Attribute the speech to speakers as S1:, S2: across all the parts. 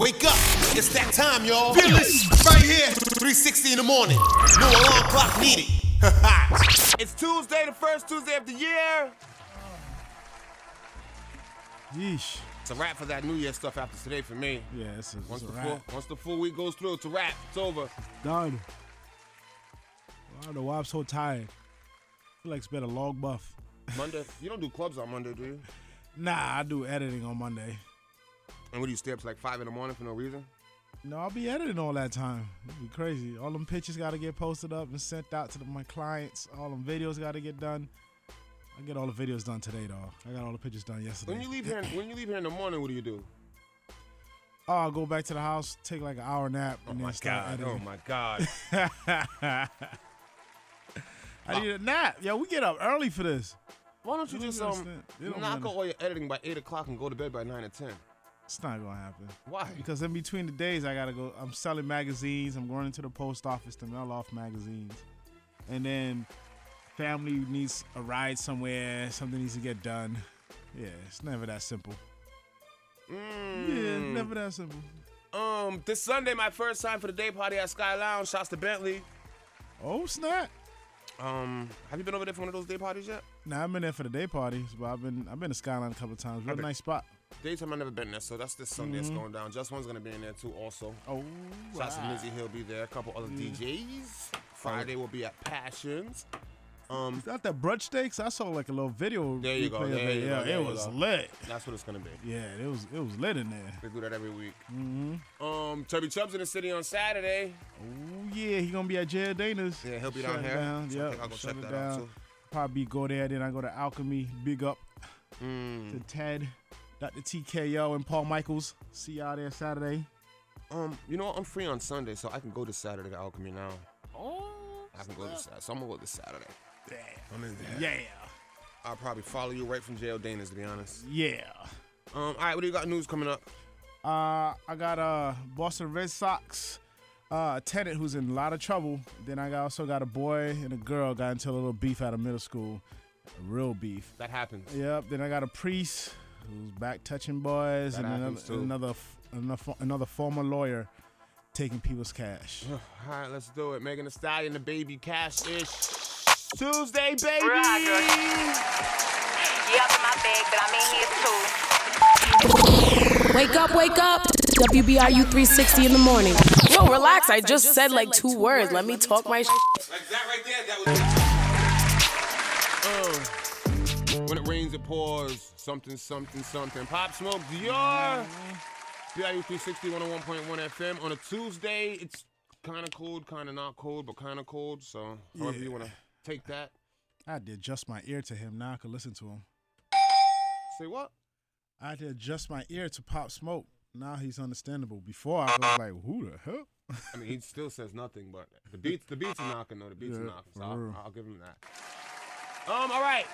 S1: Wake up! It's that time, y'all. Fearless, right here. 3:60 in the morning. No alarm clock needed.
S2: It's Tuesday, the first Tuesday of the year.
S3: Yeesh.
S2: It's a wrap for that New Year stuff after today for me.
S3: Yeah, it's a,
S2: Once
S3: it's a
S2: the
S3: wrap.
S2: full once the full week goes through, it's a wrap. It's over.
S3: Done. I don't know why I'm so tired. I feel like it's been a long buff.
S2: Monday, you don't do clubs on Monday, do you?
S3: Nah, I do editing on Monday.
S2: And what do you stay up to like five in the morning for no reason?
S3: No, I'll be editing all that time. It'd be crazy. All them pictures got to get posted up and sent out to the, my clients. All them videos got to get done. I get all the videos done today, dog. I got all the pictures done yesterday.
S2: When you leave here, when you leave here in the morning, what do you do?
S3: oh, I'll go back to the house, take like an hour nap, and then start
S2: Oh
S3: editing.
S2: my God.
S3: I need a nap. Yo, we get up early for this.
S2: Why don't you
S3: They don't
S2: just um
S3: understand. They don't
S2: knock out
S3: understand.
S2: all your editing by eight o'clock and go to bed by nine or ten?
S3: It's not gonna happen.
S2: Why?
S3: Because in between the days, I gotta go. I'm selling magazines. I'm going into the post office to mail off magazines, and then family needs a ride somewhere. Something needs to get done. Yeah, it's never that simple. Yeah, it's
S2: Mm.
S3: never that simple.
S2: Um, this Sunday, my first time for the day party at Sky Lounge. Shouts to Bentley.
S3: Oh snap!
S2: Um, have you been over there for one of those day parties yet?
S3: Now I've been there for the day parties, but I've been I've been to Skyline a couple times. Real
S2: Okay.
S3: nice spot.
S2: Daytime, I've never been there, so that's this Sunday. It's going down. Just one's gonna be in there too, also.
S3: Oh,
S2: Shouts to
S3: wow.
S2: Mizzy, he'll be there. A couple other DJs. Friday will be at Passions. Um,
S3: Is that the brunch steaks? I saw like a little video.
S2: There you
S3: replay
S2: go,
S3: of
S2: there
S3: it.
S2: you go,
S3: yeah,
S2: there
S3: it
S2: you
S3: was
S2: go.
S3: lit.
S2: that's what it's gonna be.
S3: Yeah, it was it was lit in there.
S2: They do that every week. Um, Chubby Chubb's in the city on Saturday.
S3: Ooh, yeah, he gonna be at Jared Dana's.
S2: Yeah, he'll be
S3: Shut
S2: down
S3: it
S2: here.
S3: Down.
S2: So I
S3: Yep,
S2: think I'll go
S3: shut
S2: check
S3: it
S2: that out,
S3: down.
S2: too.
S3: Probably go there, then I go to Alchemy. Big up
S2: Mm.
S3: to Ted, Dr. TKO, and Paul Michaels. See y'all there Saturday.
S2: Um, you know what? I'm free on Sunday, so I can go this Saturday to Alchemy now.
S3: Oh,
S2: I can go this Saturday, so I'm gonna go this Saturday.
S3: yeah,
S2: I'm in there.
S3: yeah,
S2: I'll probably follow you right from jail, Dana's, to be honest.
S3: yeah.
S2: Um, all right, what do you got news coming up?
S3: Uh, I got uh Boston Red Sox uh tenant who's in a lot of trouble. Then I got- also got a boy and a girl got into a little beef out of middle school, real beef.
S2: That happens.
S3: Yep. Then I got a priest who's back touching boys,
S2: That
S3: and another
S2: happens too.
S3: another, f- another another former lawyer taking people's cash.
S2: all right, let's do it. Megan Thee Stallion, the baby, cash ish. Tuesday, baby.
S4: Yup, my bag, but I'm in here too.
S5: Wake up, wake up. WBRU 360 in the morning. Yo, relax. I just said like two words. Let me talk my shit.
S2: Like that right there, that was. Uh, when it rains, it pours. Something, something, something. Pop Smoke Dior. BIU 360 101.1 FM on a Tuesday. It's kind of cold, kind of not cold, but kind of cold. So, however you want to take that.
S3: I had to adjust my ear to him. Now I could listen to him.
S2: Say what?
S3: I had to adjust my ear to Pop Smoke. Now he's understandable. Before I was like, who the hell?
S2: I mean, he still says nothing, but the beats, the beats are knocking though. The beats are
S3: Yeah,
S2: knocking. So
S3: for
S2: I'll,
S3: real.
S2: I'll give him that. Um, all right.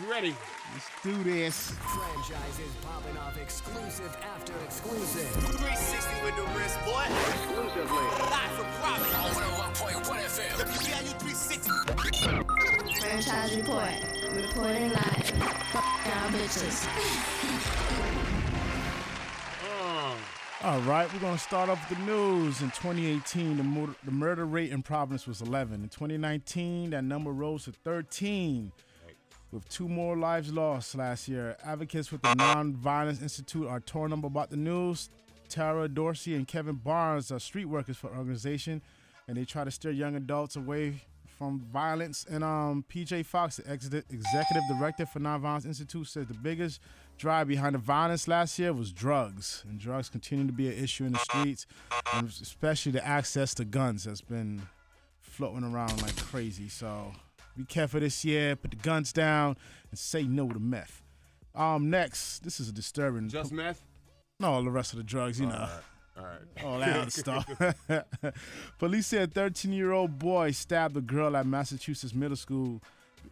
S2: You ready?
S3: Let's do this.
S6: Franchise is popping off exclusive after exclusive.
S1: 360 with the wrist, boy. Exclusively. Live from Providence.
S6: 101.1 FM.
S1: WBIU 360.
S7: Franchise report. Reporting live. Fuck y'all bitches.
S3: All right, we're going to start off with the news. In 2018, the, mur- the murder rate in Providence was 11. In 2019, that number rose to 13, with two more lives lost last year. Advocates with the Nonviolence Institute are torn up about the news. Tara Dorsey and Kevin Barnes are street workers for the organization, and they try to steer young adults away from violence. And um, PJ Fox, the ex- executive director for Nonviolence Institute, says the biggest drive behind the violence last year was drugs, and drugs continue to be an issue in the streets, and especially the access to guns that's been floating around like crazy. So be careful this year. Put the guns down and say no to meth. Um, next, this is a disturbing.
S2: Just meth.
S3: No, all the rest of the drugs, you know,
S2: All right.
S3: all that other stuff. Police said 13 year old boy stabbed a girl at Massachusetts middle school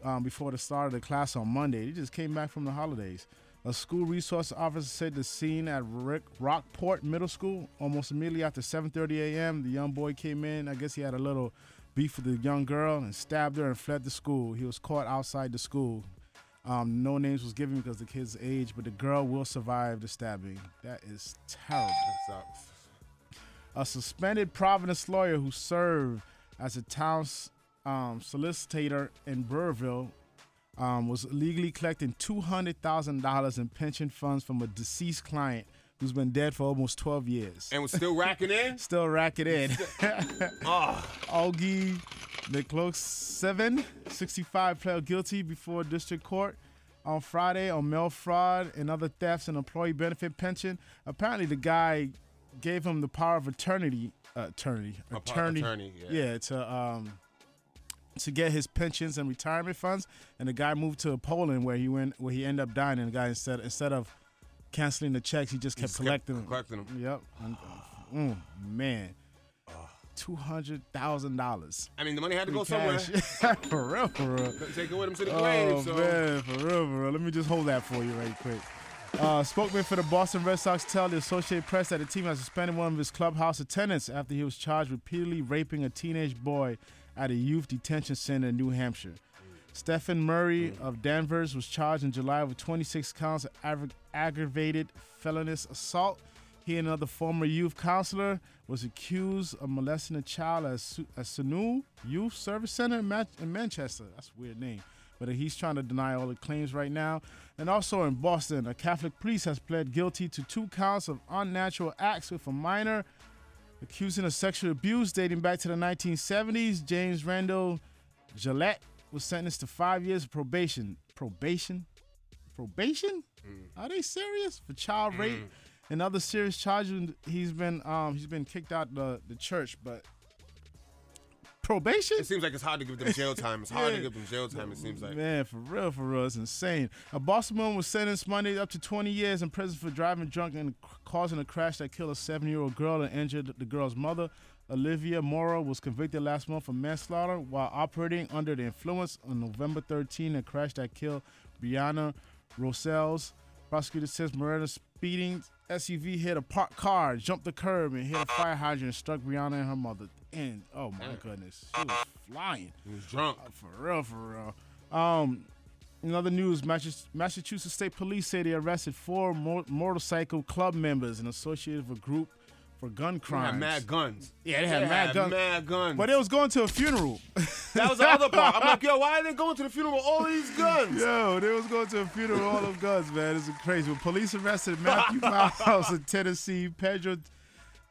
S3: um, before the start of the class on Monday. He just came back from the holidays. A school resource officer said the scene at Rick Rockport Middle School almost immediately after 7:30 a.m. The young boy came in. I guess he had a little beef with the young girl and stabbed her and fled the school. He was caught outside the school Um, no names was given because the kid's age, but the girl will survive the stabbing. That is terrible.
S2: Stop.
S3: A suspended Providence lawyer who served as a town um, solicitor in Burrville um, was illegally collecting $200,000 in pension funds from a deceased client who's been dead for almost 12 years.
S2: And we're still racking in?
S3: Still rack it in.
S2: Oh,
S3: Augie McCloak, seven, 65, pled guilty before district court on Friday on mail fraud and other thefts and employee benefit pension. Apparently, the guy gave him the power of attorney, uh, attorney, attorney,
S2: attorney, yeah.
S3: to um, to get his pensions and retirement funds. And the guy moved to Poland where he went, where he ended up dying. And the guy instead instead of canceling the checks, he just kept
S2: just kept
S3: collecting them.
S2: collecting them.
S3: Yep. And, mm, man. Two hundred thousand dollars.
S2: I mean, the money had to go somewhere.
S3: Cash. for real, for real.
S2: Take it with him to the grave.
S3: Oh
S2: so
S3: man, for real, for real. Let me just hold that for you right quick. Uh, spokesman for the Boston Red Sox tell the Associated Press that the team has suspended one of his clubhouse attendants after he was charged repeatedly raping a teenage boy at a youth detention center in New Hampshire. Stephen Murray of Danvers was charged in July with 26 counts of aggra- aggravated felonious assault. He and another former youth counselor was accused of molesting a child at, Su- at Sanu Youth Service Center in, Ma- in Manchester. That's a weird name. But he's trying to deny all the claims right now. And also in Boston, a Catholic priest has pled guilty to two counts of unnatural acts with a minor accusing of sexual abuse dating back to the 1970s. James Randall Gillette was sentenced to five years of probation. Probation? Probation? Are they serious for child rape and other serious charges? He's been um, he's been kicked out the the church, but probation?
S2: it seems like it's hard to give them jail time. It's hard to
S3: Yeah.
S2: give them jail time. It seems like.
S3: Man, for real, for real, it's insane. A Boston woman was sentenced Monday up to 20 years in prison for driving drunk and c- causing a crash that killed a seven-year-old girl and injured the girl's mother. Olivia Mora was convicted last month for manslaughter while operating under the influence on November 13 in a crash that killed Brianna Rosales. Prosecutor says Moretta's speeding SUV hit a parked car, jumped the curb, and hit a fire hydrant and struck Brianna and her mother. And oh my goodness, she was flying.
S2: He was drunk.
S3: For real, for real. Um, in other news, Massa- Massachusetts State Police say they arrested four mo- motorcycle club members and associated with a group for
S2: They
S3: gun
S2: had
S3: crimes.
S2: mad guns.
S3: Yeah, they had mad guns.
S2: Mad guns.
S3: But it was going to a funeral.
S2: that was the other part. I'm like, yo, why are they going to the funeral with all these guns?
S3: Yo, they was going to a funeral all of guns, man. It's crazy. But police arrested Matthew Miles in Tennessee, Pedro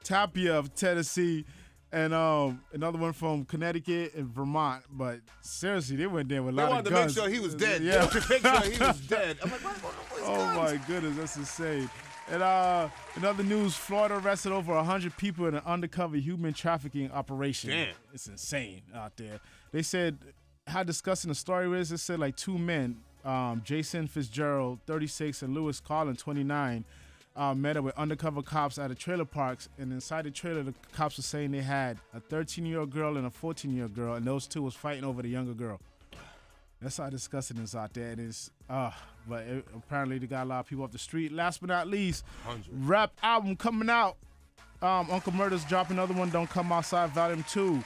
S3: Tapia of Tennessee, and um another one from Connecticut and Vermont. But seriously, they went there with a
S2: They
S3: lot
S2: wanted
S3: of
S2: to
S3: guns. Uh,
S2: make sure he was dead. They
S3: Yeah.
S2: wanted to make sure he was dead. I'm like, why are they going to all these
S3: Oh
S2: guns?
S3: my goodness, that's insane. And uh, in other news, Florida arrested over 100 people in an undercover human trafficking operation.
S2: Damn.
S3: It's insane out there. They said, how discussing the story was, it said like two men, um, Jason Fitzgerald, 36, and Lewis Collin, 29, uh, met up with undercover cops at a trailer parks. And inside the trailer, the cops were saying they had a 13 year old girl and a 14 year old girl, and those two was fighting over the younger girl. That's how disgusting it's out there. It is, uh, but it, apparently they got a lot of people off the street. Last but not least, rap album coming out. Um, Uncle Murder's dropping another one. Don't come outside, Volume Two.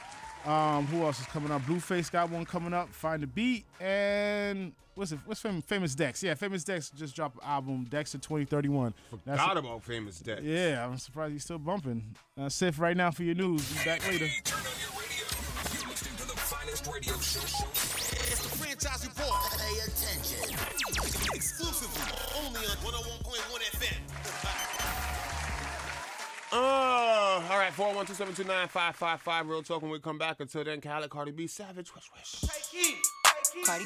S3: Um, who else is coming up? Blueface got one coming up. Find the beat and what's it? What's famous? Famous Dex. Yeah, Famous Dex just dropped an album. Dex in 2031. That's
S2: God about famous death.
S3: yeah, I'm surprised he's still bumping. That's it for right now for your news. Be back later.
S1: It's the franchise report. Pay attention. Exclusively only on 101.1 FM.
S2: Uh, all right, 412-729-555. Real talk when we come back. Until then, Khaled, Cardi B, Savage, Wish Wish.
S8: Cardi,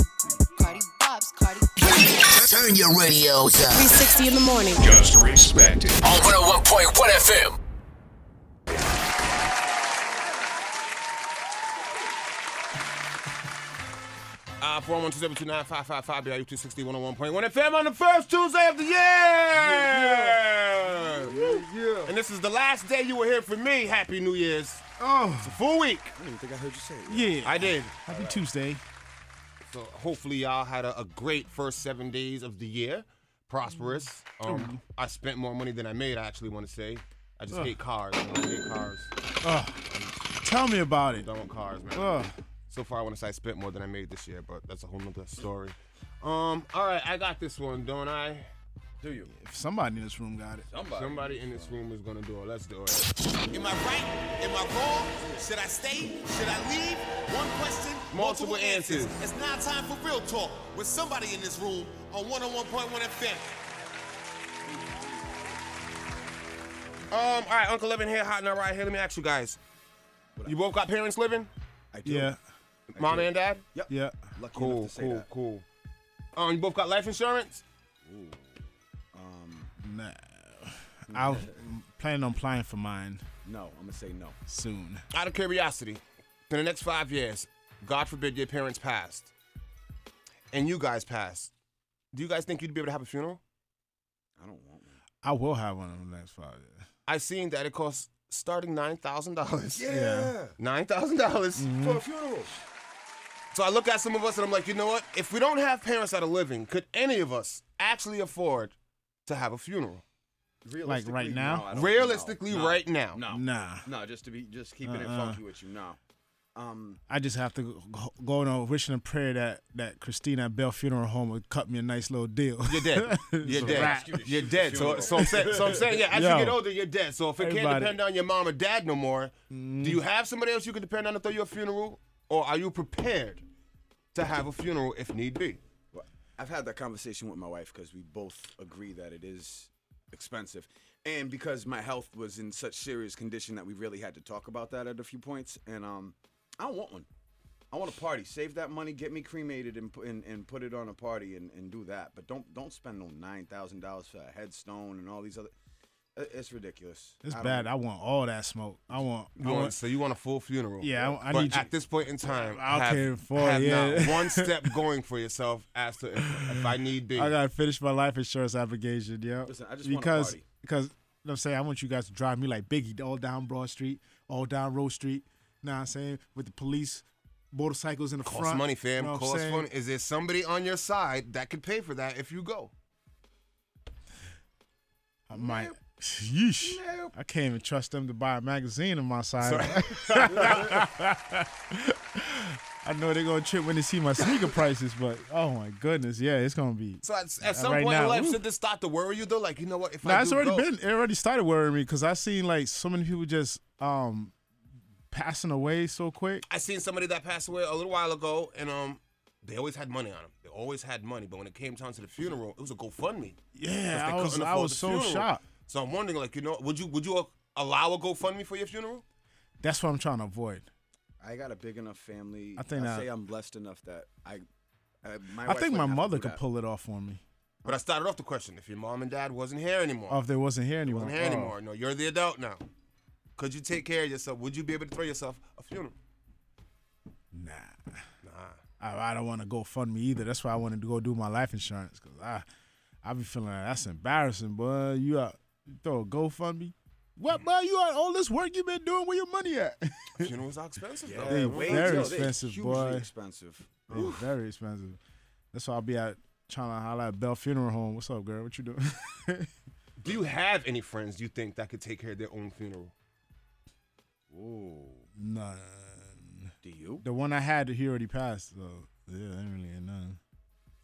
S8: Cardi Bob's, Cardi.
S9: Turn your radios up.
S5: 360 in the morning.
S10: Just respect it.
S9: On 101.1 FM.
S2: Uh, 412-729-555. BIU 260 101.1 FM on the first Tuesday of the year. Yeah, And this is the last day you will hear from me. Happy New Year's.
S3: Oh,
S2: It's a full week.
S3: yeah.
S2: I did.
S3: Happy Tuesday.
S2: So hopefully y'all had a, a great first seven days of the year. Prosperous. Um, I spent more money than I made, I actually want to say. I just hate cars. I hate cars.
S3: Tell me about it. Uh,
S2: Done with cars, man.
S3: Ugh.
S2: So far, I want to say I spent more than I made this year, but that's a whole nother story. Um, all right, I got this one, don't I?
S10: Do you?
S3: If somebody in this room got it.
S2: Somebody, in this room is gonna do it. Let's do it.
S1: Am I right? Am I wrong? Should I stay? Should I leave? One question, multiple,
S2: Multiple
S1: answers.
S2: answers.
S1: It's now time for real talk with somebody in this room on 101.1 FM.
S2: Um, all right, Uncle Levin here, hot now right here. Let me ask you guys. You both got parents living?
S10: I
S3: do. Yeah.
S2: Mom and dad?
S10: Yep.
S3: Yeah.
S10: Lucky
S2: Cool,
S10: enough to say
S2: cool,
S10: that.
S2: cool. Um, you both got life insurance?
S10: Um,
S3: Nah. I'm planning on applying for mine
S10: no, I'm gonna say no.
S3: soon.
S2: Out of curiosity, in the next five years, God forbid your parents passed, and you guys passed. Do you guys think you'd be able to have a funeral?
S10: I don't want one.
S3: I will have one in the next five years.
S2: I seen that it costs starting nine thousand dollars.
S10: Yeah.
S2: Nine thousand dollars.
S10: For a funeral.
S2: So I look at some of us and I'm like, you know what? If we don't have parents that are living, could any of us actually afford to have a funeral?
S10: Realistically,
S3: right now?
S10: no, I don't-
S2: Realistically,
S10: no, no,
S2: right now.
S10: No.
S3: Nah.
S10: No, just to be just keeping it
S3: Uh-uh.
S10: funky with you now. Um,
S3: I just have to go- go on a wish and a prayer that that Christina at Bell Funeral Home would cut me a nice little deal.
S2: You're dead. You're
S3: It's a
S2: dead.
S3: wrap.
S2: You're dead. So, so, I'm saying, so I'm saying, yeah, as
S3: Yo.
S2: you get older, you're dead. So if it can't
S3: Everybody-
S2: depend on your mom or dad no more, do you have somebody else you can depend on to throw you a funeral? Or are you prepared to have a funeral if need be?
S10: Well, I've had that conversation with my wife because we both agree that it is expensive. And because my health was in such serious condition that we really had to talk about that at a few points. And um, I don't want one. I want a party. Save that money, get me cremated, and pu- and, and put it on a party and, and do that. But don't don't spend no nine thousand dollars for a headstone and all these other. it- It's ridiculous.
S3: It's
S10: I don't-
S3: bad. I want all that smoke. I want. I
S2: You want-
S3: want
S2: so you want a full funeral?
S3: Yeah, I- I
S2: but
S3: need you-
S2: at this point in time,
S3: I don't
S2: have,
S3: care for-
S2: have
S3: yeah.
S2: not one step going for yourself as to if, if I need be.
S3: I gotta finish my life insurance application, yo.
S10: Listen, I just want a
S3: because
S10: party.
S3: because you know what I'm saying I want you guys to drive me like Biggie all down Broad Street, all down Road Street. Know what I'm saying with the police, motorcycles in the
S2: Cost
S3: front.
S2: money, fam.
S3: know what I'm
S2: Cost
S3: saying?
S2: money. Is there somebody on your side that could pay for that if you go?
S3: I might. Yeesh. I can't even trust them to buy a magazine on my side. I know they're gonna trip when they see my sneaker prices, but oh my goodness, yeah, it's gonna be.
S2: So at, at some
S3: right
S2: point
S3: now,
S2: in life,
S3: ooh.
S2: should this start to worry you though? Like, you know what? If
S3: Nah,
S2: I
S3: it's
S2: do
S3: already
S2: go,
S3: been. It already started worrying me because I seen like so many people just um passing away so quick.
S2: I seen somebody that passed away a little while ago, and um, they always had money on them. They always had money, but when it came time to the funeral, it was a GoFundMe. 'Cause
S3: Yeah,
S2: they
S3: I was
S2: couldn't
S3: I
S2: afford
S3: was
S2: the
S3: so
S2: funeral.
S3: shocked.
S2: So I'm wondering, like, you know, would you would you uh, allow a GoFundMe for your funeral?
S3: That's what I'm trying to avoid.
S10: I got a big enough family.
S3: I think
S10: I
S3: I-
S10: say I'm blessed enough that I. I, my
S3: I
S10: wife
S3: think
S10: wouldn't
S3: my
S10: have to
S3: mother
S10: do
S3: could
S10: that.
S3: pull it off for me.
S2: But I started off the question: if your mom and dad wasn't here anymore,
S3: Oh, if they wasn't here anymore.
S2: wasn't here
S3: Oh.
S2: anymore, no, you're the adult now. Could you take care of yourself? Would you be able to throw yourself a funeral?
S3: Nah. Oh, Nah. I, I don't want to go fund me either. That's why I wanted to go do my life insurance because I, I be feeling like that's embarrassing, boy. You out throw a GoFundMe. What, boy? You out all this work you been doing? Where your money at?
S2: Funerals are expensive. though.
S3: They
S10: Wait,
S3: very
S10: yo, they
S3: expensive,
S10: hugely
S3: boy.
S10: expensive.
S3: They Oh, very expensive. That's why I'll be out trying to holler at Bell Funeral Home. What's up, girl? What you doing?
S2: Do you have any friends you think that could take care of their own funeral?
S3: None.
S10: Do you?
S3: The one I had, he already passed. So yeah, I ain't really had none.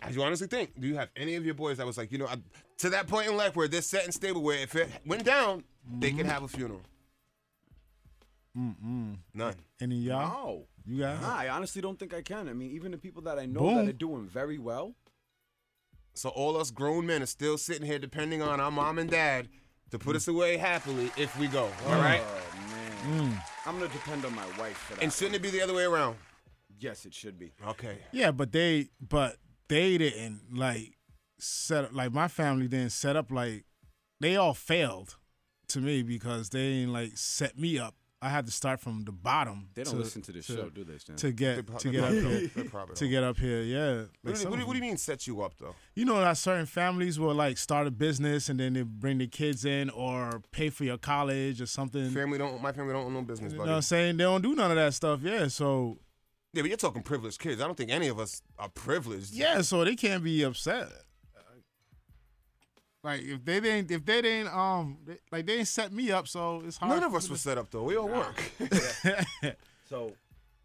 S2: As you honestly think, do you have any of your boys that was like, you know, I, to that point in life where they're set and stable, where if it went down, they
S3: Mm-hmm.
S2: could have a funeral? Mm-mm. None.
S3: Any of y'all?
S10: No.
S3: You guys?
S10: Nah, I honestly don't think I can. I mean, even the people that I know
S3: Boom.
S10: that are doing very well,
S2: So all us grown men are still sitting here depending on our mom and dad to
S3: Mm.
S2: put us away happily if we go. All right?
S10: Oh,
S3: Mm.
S10: I'm gonna depend on my wife for that.
S2: And shouldn't it be the other way around?
S10: yes, it should be.
S2: Okay.
S3: Yeah, but they but they didn't like set up like my family didn't set up like they all failed to me because they ain't like set me up. I had to start from the bottom.
S10: They don't
S3: to,
S10: listen to this show, do they, Stan?
S3: To get to get up here. To get up here, yeah.
S2: What
S3: Like
S2: do, you,
S3: some
S2: what do you-
S3: of
S2: what do
S3: them.
S2: you mean set you up though?
S3: You know, that certain families will like start a business and then they bring the kids in or pay for your college or something.
S2: Family don't. My family don't own no business,
S3: you know
S2: buddy.
S3: what I'm saying? They don't do none of that stuff. Yeah, so
S2: Yeah, but you're talking privileged kids. I don't think any of us are privileged.
S3: Yeah, so they can't be upset. Like if they didn't, if they didn't, um, they- like they didn't set me up, so it's hard.
S2: None of us were set up though. We all work.
S10: So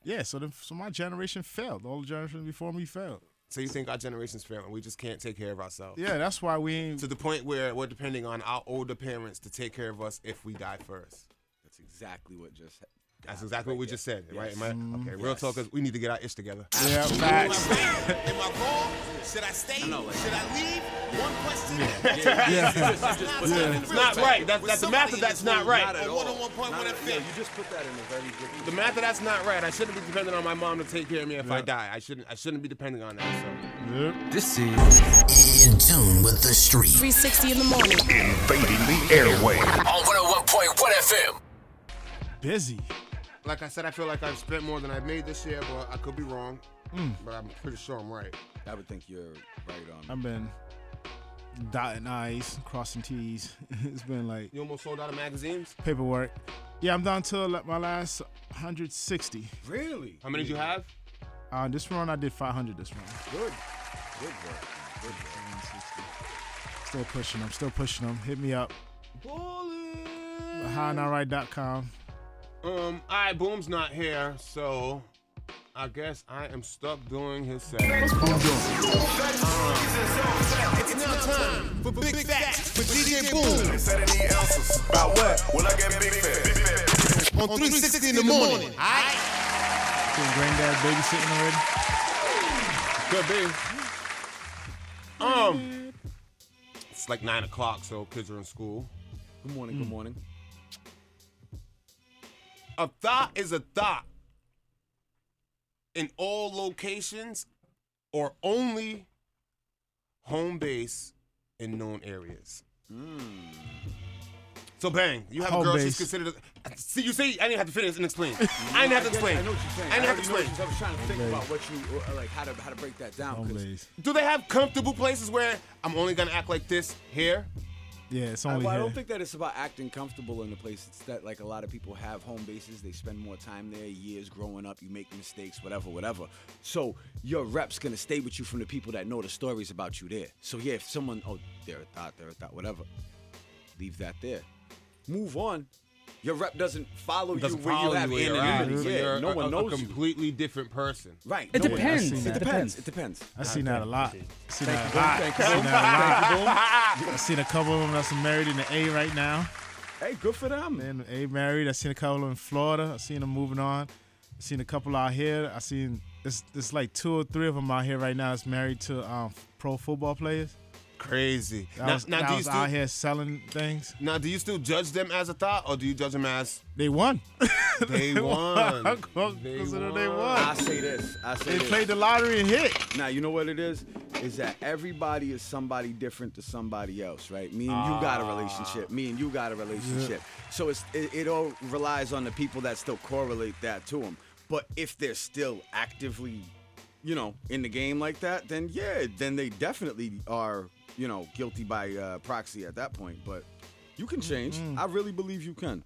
S3: Yeah, so the, so my generation failed. All the generation before me failed.
S2: So you think our generation's failing? We just can't take care of ourselves.
S3: Yeah, that's why we ain't.
S2: To the point where we're depending on our older parents to take care of us if we die first.
S10: That's exactly what just.
S2: That's exactly what we just said, right? Am I-
S10: Mm.
S2: okay, real
S10: Yes.
S2: talk is we need to get our ish together.
S3: Yeah, facts.
S1: Am I wrong? Should I stay? Should I leave? One question.
S2: Yeah. Yeah.
S1: It's not-
S2: Yeah. It's not right. That's- that's the math of that's not right.
S1: Not at all. On 101.1
S10: Not at-
S1: FM.
S10: no, you just put that in a very good.
S2: The math of that's not right. I shouldn't be depending on my mom to take care of me if I die. I shouldn't. I shouldn't be depending on that. So.
S9: This is in tune with the street.
S5: 360 in the morning.
S9: Invading the airway on 101.1 FM.
S3: Busy.
S2: Like I said, I feel like I've spent more than I've made this year, but I could be wrong. But I'm pretty sure I'm right.
S10: I would think you're right on.
S3: I've been dotting I's, crossing T's. it's been like
S2: You almost sold out of magazines.
S3: paperwork. Yeah, I'm down to like my last 160.
S10: Really?
S2: How many did you have?
S3: Uh, this run I did 500. This run.
S10: Good. Good work. Good
S3: Still pushing them. Still pushing them. Hit me up. HighNotRight.com.
S2: Um, all right, Boom's not here, so I guess I am stuck doing his set. Uh, What's Boom doing?
S1: It's now time for Big Facts with DJ Boom.
S11: About what? Well, I get big fat. Big fat.
S1: On 360 in the morning. I
S3: Your granddad babysitting
S2: Could be.
S3: already?
S2: Um, it's like nine o'clock, so kids are in school.
S10: Good morning.
S2: Mm.
S10: Good morning.
S2: A thought is a thought in all locations or only home base in known areas. So bang, you have
S1: Home
S2: a girl.
S1: base.
S2: She's considered. A, see, you see, I didn't have to finish and explain. I didn't have to
S10: guess-
S2: explain.
S10: I know what you're saying.
S2: I didn't have to explain.
S10: already know what you're- I was trying to think
S2: Okay.
S10: about what you uh, like, how to how to break that down. 'cause-
S2: Do they have comfortable places where I'm only gonna act like this here?
S3: Yeah, it's only
S10: I, well, I
S3: here.
S10: don't think that it's about acting comfortable in the place. It's that like a lot of people have home bases. They spend more time there, years growing up. You make mistakes, whatever, whatever. So your rep's gonna stay with you from the people that know the stories about you there. So yeah, if someone oh they're a thought, they're a thought, whatever, leave that there. Move on. Your rep doesn't follow
S2: Doesn't
S10: you
S2: follow
S10: where you have
S2: where you're at.
S10: anonymity.
S2: So
S10: Yeah,
S2: you're
S10: no
S2: a-
S10: one
S2: a
S10: knows you.
S2: completely different person.
S10: Right.
S3: It
S10: no one-
S3: depends.
S10: I've seen
S3: It
S10: that.
S3: depends.
S10: It depends.
S3: I seen that a lot. I seen that
S10: Thank
S3: a
S10: you, Boom.
S3: lot.
S10: Thank
S3: I
S10: you,
S3: seen
S10: Boom.
S3: that a
S10: Thank you,
S3: lot. I seen a couple of them that's married in the A right now.
S10: Hey, good for them.
S3: And A married. I seen a couple in Florida. I seen them moving on. I seen a couple out here. I seen it's it's like two or three of them out here right now. That's married to um, pro football players.
S2: Crazy.
S3: That
S2: Now-
S3: was,
S2: now,
S3: that
S2: do you
S3: was
S2: still-
S3: out here selling things.
S2: Now, do you still judge them as a thought, or do you judge them as
S3: they won?
S2: They
S3: They won.
S2: won.
S3: Consider they won.
S10: I say this. I say
S3: They
S10: this.
S3: played the lottery and hit.
S10: Now you know what it is? Is that everybody is somebody different to somebody else, right? Me and you got a
S1: Ah.
S10: relationship. Me and you got a relationship. So it's it, it all relies on the people that still correlate that to them. But if they're still actively, you know, in the game like that, then yeah, then they definitely are, you know, guilty by uh, proxy at that point. But you can change. I really believe you can.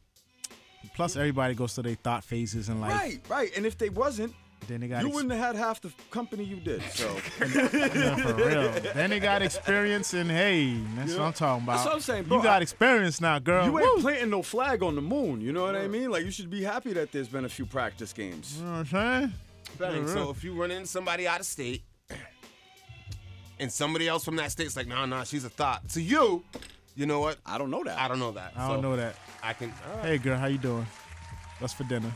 S3: Plus, everybody goes through their thought phases in life.
S10: right, right. And if they wasn't,
S3: Then they got
S10: you
S3: ex-
S10: wouldn't have had half the company you did. So
S3: Yeah, for real. Then they got experience, and hey, that's what
S10: Yeah.
S3: I'm talking about.
S10: That's what I'm saying, bro.
S3: You got experience now, girl.
S10: You ain't
S3: Woo.
S10: planting no flag on the moon. You know what I mean? Like you should be happy that there's been a few practice games.
S3: You know what I'm saying?
S2: Bang.
S10: Yeah,
S2: So
S10: real.
S2: if you run into somebody out of state, and somebody else from that state's like, nah, nah, she's a thought. To you, you know what?
S10: I don't know that.
S2: I don't know that.
S3: I don't
S2: So
S3: know that.
S2: I can. all right.
S3: Hey, girl, how you doing? What's for dinner?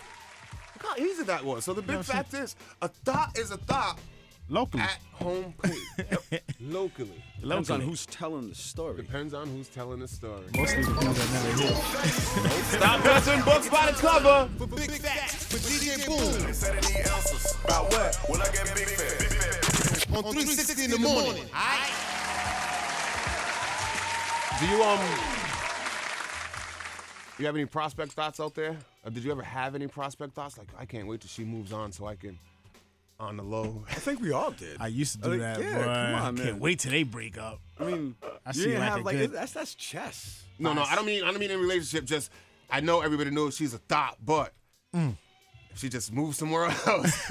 S2: Look how easy that was. So the big fact is, a thought is a thought
S3: Locally.
S2: at home plate, locally.
S10: Ah, Depends on who's telling the story.
S2: Depends on who's telling the story.
S3: Mostly the dudes that never hit.
S2: Stop judging books by the cover.
S1: for Big Facts with DJ Boom.
S11: About what? Well, I get big fat. Big fat.
S1: On 360 in the morning. I
S2: Do you um? You have any prospect thoughts out there? Or did you ever have any prospect thoughts? Like, I can't wait till she moves on so I can, on the low.
S10: I think we all did.
S3: I used to do
S10: Like,
S3: that,
S10: Uh, yeah,
S3: boy.
S10: come on,
S3: Can't
S10: man.
S3: wait till they break up.
S10: I mean,
S3: I
S10: you
S3: see
S10: didn't
S3: like
S10: have
S3: a
S10: like
S3: good-
S10: that's that's chess.
S2: No, no, I don't mean I don't mean in relationship. Just I know everybody knows she's a thought, but
S3: Mm.
S2: if she just moves somewhere else,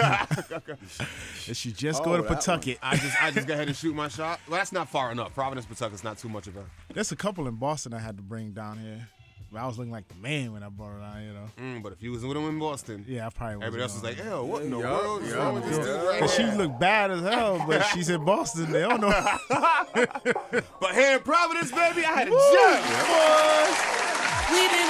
S3: If she just
S10: Oh,
S3: go to Pawtucket.
S2: I just I just go ahead and shoot my shot. Well, that's not far enough. Providence, Pawtucket's not too much of a.
S3: There's a couple in Boston I had to bring down here. But I was looking like the man when I brought it out, you know.
S2: Mm, but if you was with him in Boston,
S3: yeah, I probably.
S2: Everybody else was like, "Hell, what in the
S3: Yeah,
S2: world is
S3: yeah,
S2: wrong with this
S3: yeah.
S2: dude right
S3: And she
S2: here?"
S3: looked bad as hell, but she's in Boston. They don't know.
S2: But here in Providence, baby, I had a
S3: Woo!
S2: jump,
S12: We've been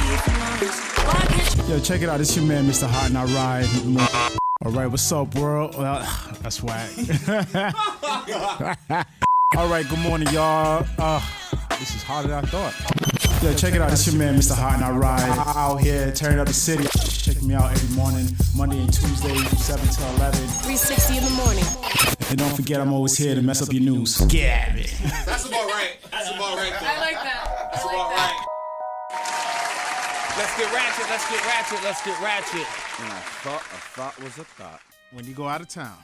S12: on a tragedy for months. Why can't you
S3: Yo, check it out. It's your man, Mr. Hot and I Ride. All right, what's up, world? Well, that's whack. All right, good morning, y'all. Uh, this is harder than I thought. Yo, check it out. It's your man, Mr. Hot and I Ride. Out here, turning up the city. Check me out every morning, Monday and Tuesday, 7 to 11.
S5: 360 in the morning.
S3: And don't forget, I'm always here to mess up your news. Get it.
S2: That's about right. That's about right. Though.
S5: I like that.
S2: That's about right. Let's get ratchet. Let's get ratchet. Let's get ratchet.
S10: And I thought a thought was a thought.
S3: When you go out of town.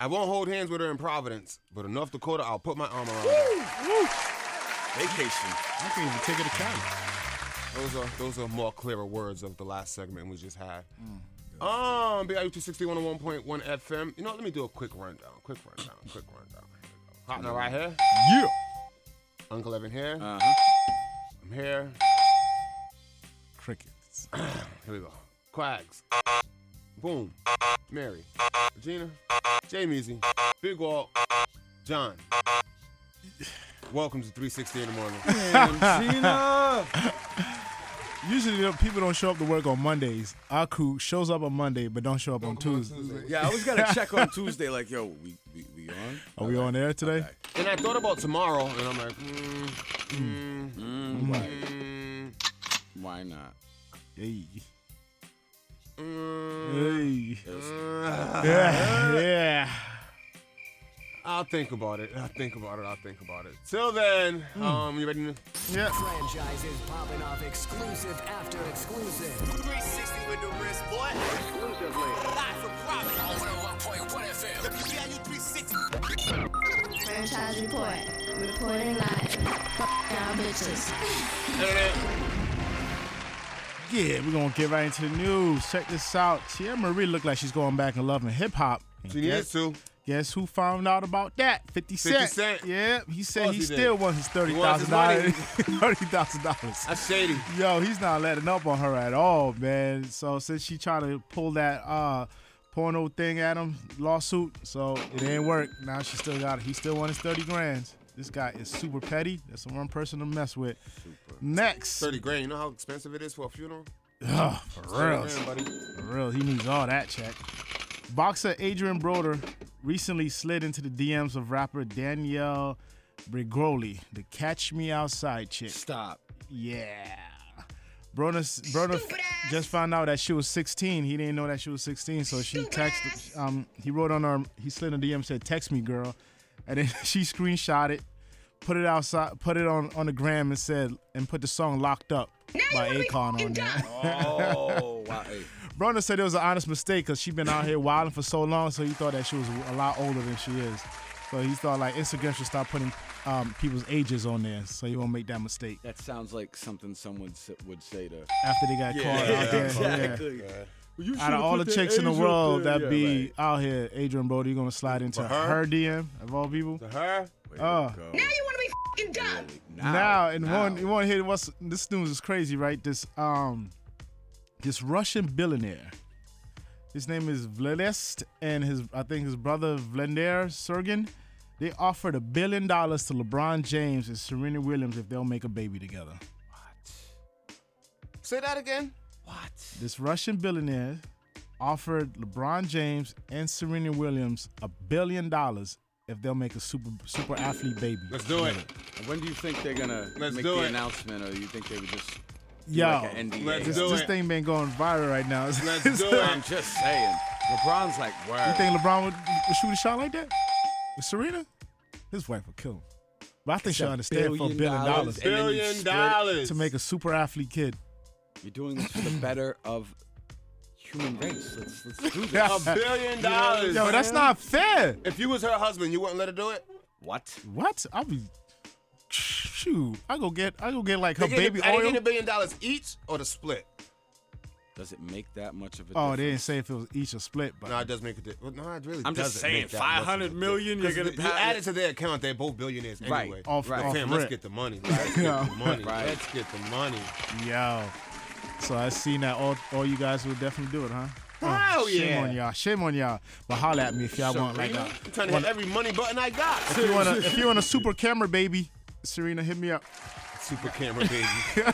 S2: I won't hold hands with her in Providence, but in North Dakota, I'll put my arm around her.
S10: Vacation.
S3: I can even take her to Cali.
S2: Those are those are more clearer words of the last segment we just had. Um, BIU 260 101.1 FM. You know, what, let me do a quick rundown. Quick rundown. Quick rundown. Here we go. Hot now right here.
S3: Yeah.
S2: Uncle Evan here. I'm here.
S3: Crickets.
S2: here we go. Quags. Boom. Mary. Regina. Jay Measy. Big Walt. John. Welcome to 360 in the morning.
S3: Usually you know, people don't show up to work on Mondays. Aku shows up on Monday, but don't show up on Tuesday.
S10: Yeah, I always gotta check on Tuesday. Like, yo, we we, we on?
S3: Are we on air today?
S2: And I thought about tomorrow, and I'm like, mm, mm,
S10: Mm, why? Why not?
S3: Hey.
S2: mm,
S3: Hey. Uh.
S2: mm.
S3: Yeah. yeah.
S2: I'll think about it. I'll think about it. I'll think about it. Till then, um, you ready? To-
S3: Yeah.
S6: Franchise is popping off exclusive after exclusive.
S1: 360 with the wrist, boy. Exclusively. Live from Providence. On 101.1 FM. WBIU 360.
S7: Franchise report. Reporting live. Fucking our bitches.
S3: Yeah, we're gonna get right into the news. Check this out. Tia Marie looked like she's going back and loving hip hop. And
S2: She needs to.
S3: Guess who found out about that? 50 Cent.
S2: 50 Cent.
S3: Yeah, he said
S2: course
S3: he
S2: he did.
S3: still wants his
S2: He
S3: thirty
S2: wants
S3: thousand
S2: his
S3: dollars.
S2: money.
S3: Thirty thousand dollars.
S2: That's shady.
S3: Yo, he's not letting up on her at all, man. So since she tried to pull that uh porno thing at him, lawsuit, so it didn't work. Now she still got it. He still wants his thirty grand. This guy is super petty. That's the one person to mess with. Next.
S2: 30 grand. You know how expensive it is for a funeral?
S3: Ugh, for real.
S2: grand, buddy.
S3: For real. He needs all that check. Boxer Adrian Broder recently slid into the DMs of rapper Danielle Brigoli, the Catch Me Outside chick.
S10: Stop.
S3: Yeah. Broder, Broder just found out that she was 16. He didn't know that she was 16, so she texted. Um, he wrote on her. He slid a DM said, "Text me, girl," and then she screenshot it, put it outside, put it on on the gram, and said, and put the song "Locked Up" by Akon on there.
S10: Oh, wow. Hey,
S3: Brona said it was an honest mistake because she been out here wilding for so long, so he thought that she was a lot older than she is. So he thought like Instagram should stop putting um, people's ages on there, so you won't make that mistake
S10: that sounds like something someone s- would say to.
S3: after they got
S10: Yeah,
S3: caught out there.
S10: exactly.
S3: Yeah.
S10: Yeah. Well, you
S3: out
S10: should've
S3: of all the
S10: put that
S3: chicks in the
S10: age up
S3: world
S10: there.
S3: that
S10: Yeah,
S3: be out here, Adrian Brody, you're gonna slide into
S10: For
S3: her?
S10: her?
S3: DM of all people.
S2: To her?
S3: Oh.
S12: fucking dumb?
S3: Now, and one you want to hear what's this news is crazy, right? This um this Russian billionaire. His name is Vladest and his I think his brother Vladimir Sergin. They offered a billion dollars to LeBron James and Serena Williams if they'll make a baby together.
S2: Say that again.
S3: This Russian billionaire offered LeBron James and Serena Williams a billion dollars if they'll make a super super athlete baby.
S2: Let's do it.
S10: When do you think they're gonna
S2: Let's
S10: make
S2: do
S10: the
S2: it.
S10: announcement, or you think they would just do
S3: Yo,
S10: like an NDA?
S3: this, this thing been going viral right now.
S10: Let's do it. I'm just saying. LeBron's like, word.
S3: You think LeBron would, would shoot a shot like that? With Serena? His wife would kill him. But I think
S10: It's
S3: she'll
S10: a
S3: understand for a
S10: billion
S3: billion
S10: dollars,
S3: dollars.
S10: and then you Billion split it. dollars.
S3: To make a super athlete kid.
S10: You're doing this for the better of human race. Let's let's do
S2: A
S10: this. Um,
S2: billion dollars.
S3: Yo, that's not fair.
S2: If you was her husband, you wouldn't let her do it?
S10: What?
S3: What? I'll be. Shoot. I go get I go get like her
S2: They getting-
S3: baby
S2: Are they
S3: oil.
S2: getting a billion dollars each or the split?
S10: Does it make that much of a
S3: Oh,
S10: difference?
S3: they didn't say if it was each or split, but
S2: No, it does make a difference. No, it really
S10: I'm just
S2: doesn't
S10: saying,
S2: make that much of a
S10: 500
S2: difference.
S10: million, you're
S2: 'Cause
S10: gonna
S2: if you
S10: have
S2: add
S10: it-
S2: it to their account. They're both billionaires
S10: Right.
S2: anyway.
S10: Off- Right. off
S2: Fam, let's
S10: rip.
S2: get the money. Let's get the money.
S3: Right.
S2: Let's get the money.
S3: Yo. So I seen that all all you guys would definitely do it, huh? Oh,
S2: Hell yeah.
S3: Shame on y'all. Shame on y'all. But holla at me if y'all want like
S2: Serena,
S3: a,
S2: I'm trying to
S3: want
S2: hit every money button I got.
S3: if you want a, if you want a super camera, baby, Serena, hit me up.
S2: Super camera, baby.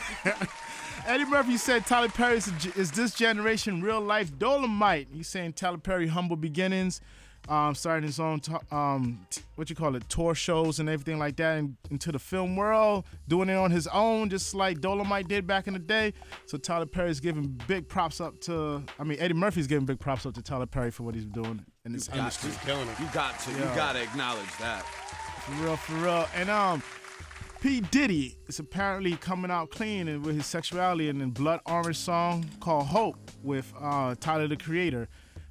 S3: Eddie Murphy said Tyler Perry is, is this generation real life Dolomite. He's saying Tyler Perry humble beginnings, um, starting his own to- um, t- what you call it tour shows and everything like that, and into the film world, doing it on his own, just like Dolomite did back in the day. So Tyler Perry's giving big props up to, I mean Eddie Murphy's giving big props up to Tyler Perry for what he's doing in this
S10: got
S3: industry.
S10: to. You got to.
S3: Yeah.
S10: You got to acknowledge that.
S3: For real, for real. And um, P. Diddy is apparently coming out clean and with his sexuality and in Blood Orange song called Hope with uh, Tyler the Creator.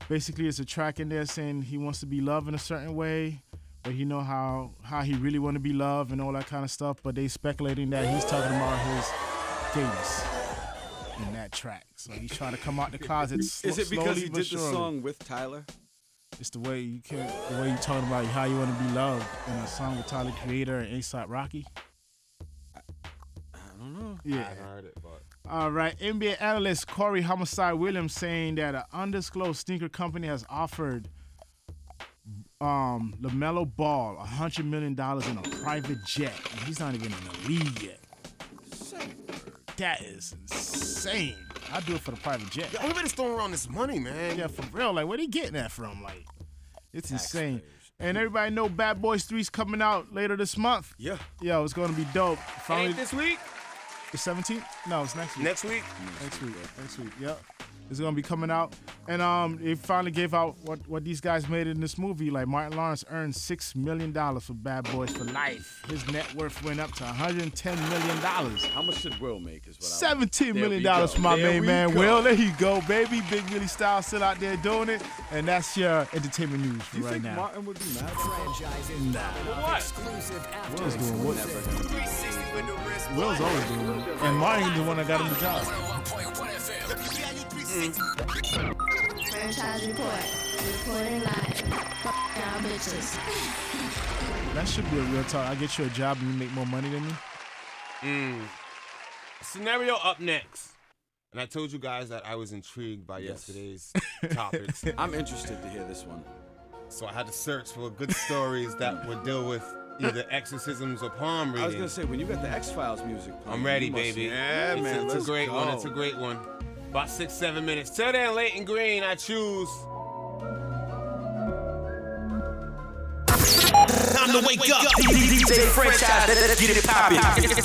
S3: Basically, it's a track in there saying he wants to be loved in a certain way, but he know how how he really want to be loved and all that kind of stuff. But they speculating that he's talking about his gayness in that track. So he's trying to come out the closet. Sl-
S10: Is it because
S3: slowly
S10: he
S3: but
S10: did the
S3: surely.
S10: song with Tyler?
S3: It's the way you can, the way you talking about how you want to be loved in a song with Tyler Creator and ASAP Rocky.
S10: I don't know.
S3: Yeah.
S2: I heard it, but
S3: All right, NBA analyst Corey Homicide Williams saying that an undisclosed sneaker company has offered um, Lamelo Ball hundred million dollars in a private jet, and he's not even in the league yet. That is insane. I do it for the private jet.
S2: Everybody's throwing around this money, man.
S3: Yeah, for real. Like, where they getting that from? Like, it's insane. And everybody know Bad Boys 3's coming out later this month.
S2: Yeah.
S3: Yo, it's gonna be dope. Finally,
S2: Ain't this week?
S3: the 17th? No, it's next week.
S2: Next week?
S3: Next week. Next week. Yep. It's gonna be coming out, and um, they finally gave out what what these guys made in this movie. Like Martin Lawrence earned six million dollars for Bad Boys for Life. His net worth went up to 110 million dollars.
S10: How much did Will make? Is what
S3: Seventeen
S10: There
S3: million
S10: we
S3: dollars
S10: go.
S3: for my
S10: There
S3: main
S10: we
S3: man
S10: go.
S3: Will. There you go, baby. Big Willie Style still out there doing it, and that's your entertainment news for
S6: You
S3: right
S6: think
S3: now.
S6: Martin would be mad? Franchise is popping off exclusive after
S3: Will's doing what?
S6: exclusive.
S3: Will's always doing it, and Martin's the one that got him the job.
S7: Franchise report. Reporting live. Fuck y'all bitches.
S3: That should be a real talk. I get you a job and you make more money than me.
S2: Mm. Scenario up next. And I told you guys that I was intrigued by
S10: Yes.
S2: yesterday's topics.
S10: I'm interested to hear this one.
S2: So I had to search for good stories that would deal with either exorcisms or palm reading.
S10: I was gonna say when you got the X Files music. Playing,
S2: I'm ready,
S10: you must-
S2: baby.
S10: Yeah,
S2: it's,
S10: man.
S2: It's
S10: let's
S2: a great one.
S10: go.
S2: It's a great one. About six, seven minutes. Till then, Leighton Green, I choose.
S1: Time to wake up. DJ franchise, get it poppin'.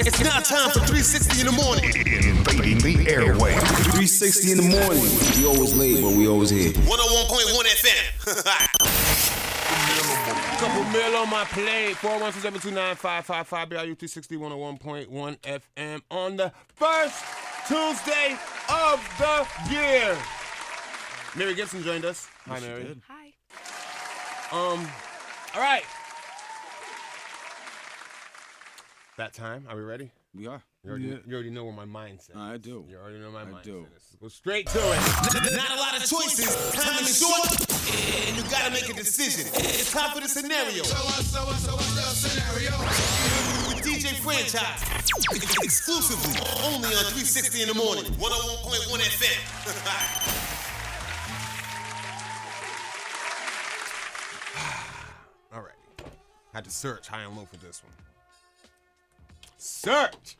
S1: It's now time for 360 in the morning.
S9: In the, in the airway. 360 in the morning.
S13: We always late, but we always here.
S1: 101.1 FM.
S2: Couple mil on my plate. 412-729-555 BRU 360 101.1 FM on the first Tuesday of the year. Mary Gibson joined us. Hi,
S10: Yes, she
S2: Mary.
S10: did.
S14: Hi.
S2: Um, all right. That time, are we ready?
S10: We are.
S2: You already,
S10: Yeah.
S2: you already know what my mindset.
S10: I do.
S2: You already know my mindset.
S10: do.
S2: is. Go straight to it.
S1: Not a lot of choices. Time is short, and you gotta make a decision. It's time for the scenario. So what's so what's so what's the scenario? With DJ Franchise, exclusively only on 360 in the morning. 101.1 FM.
S2: All right. Had to search high and low for this one. Search.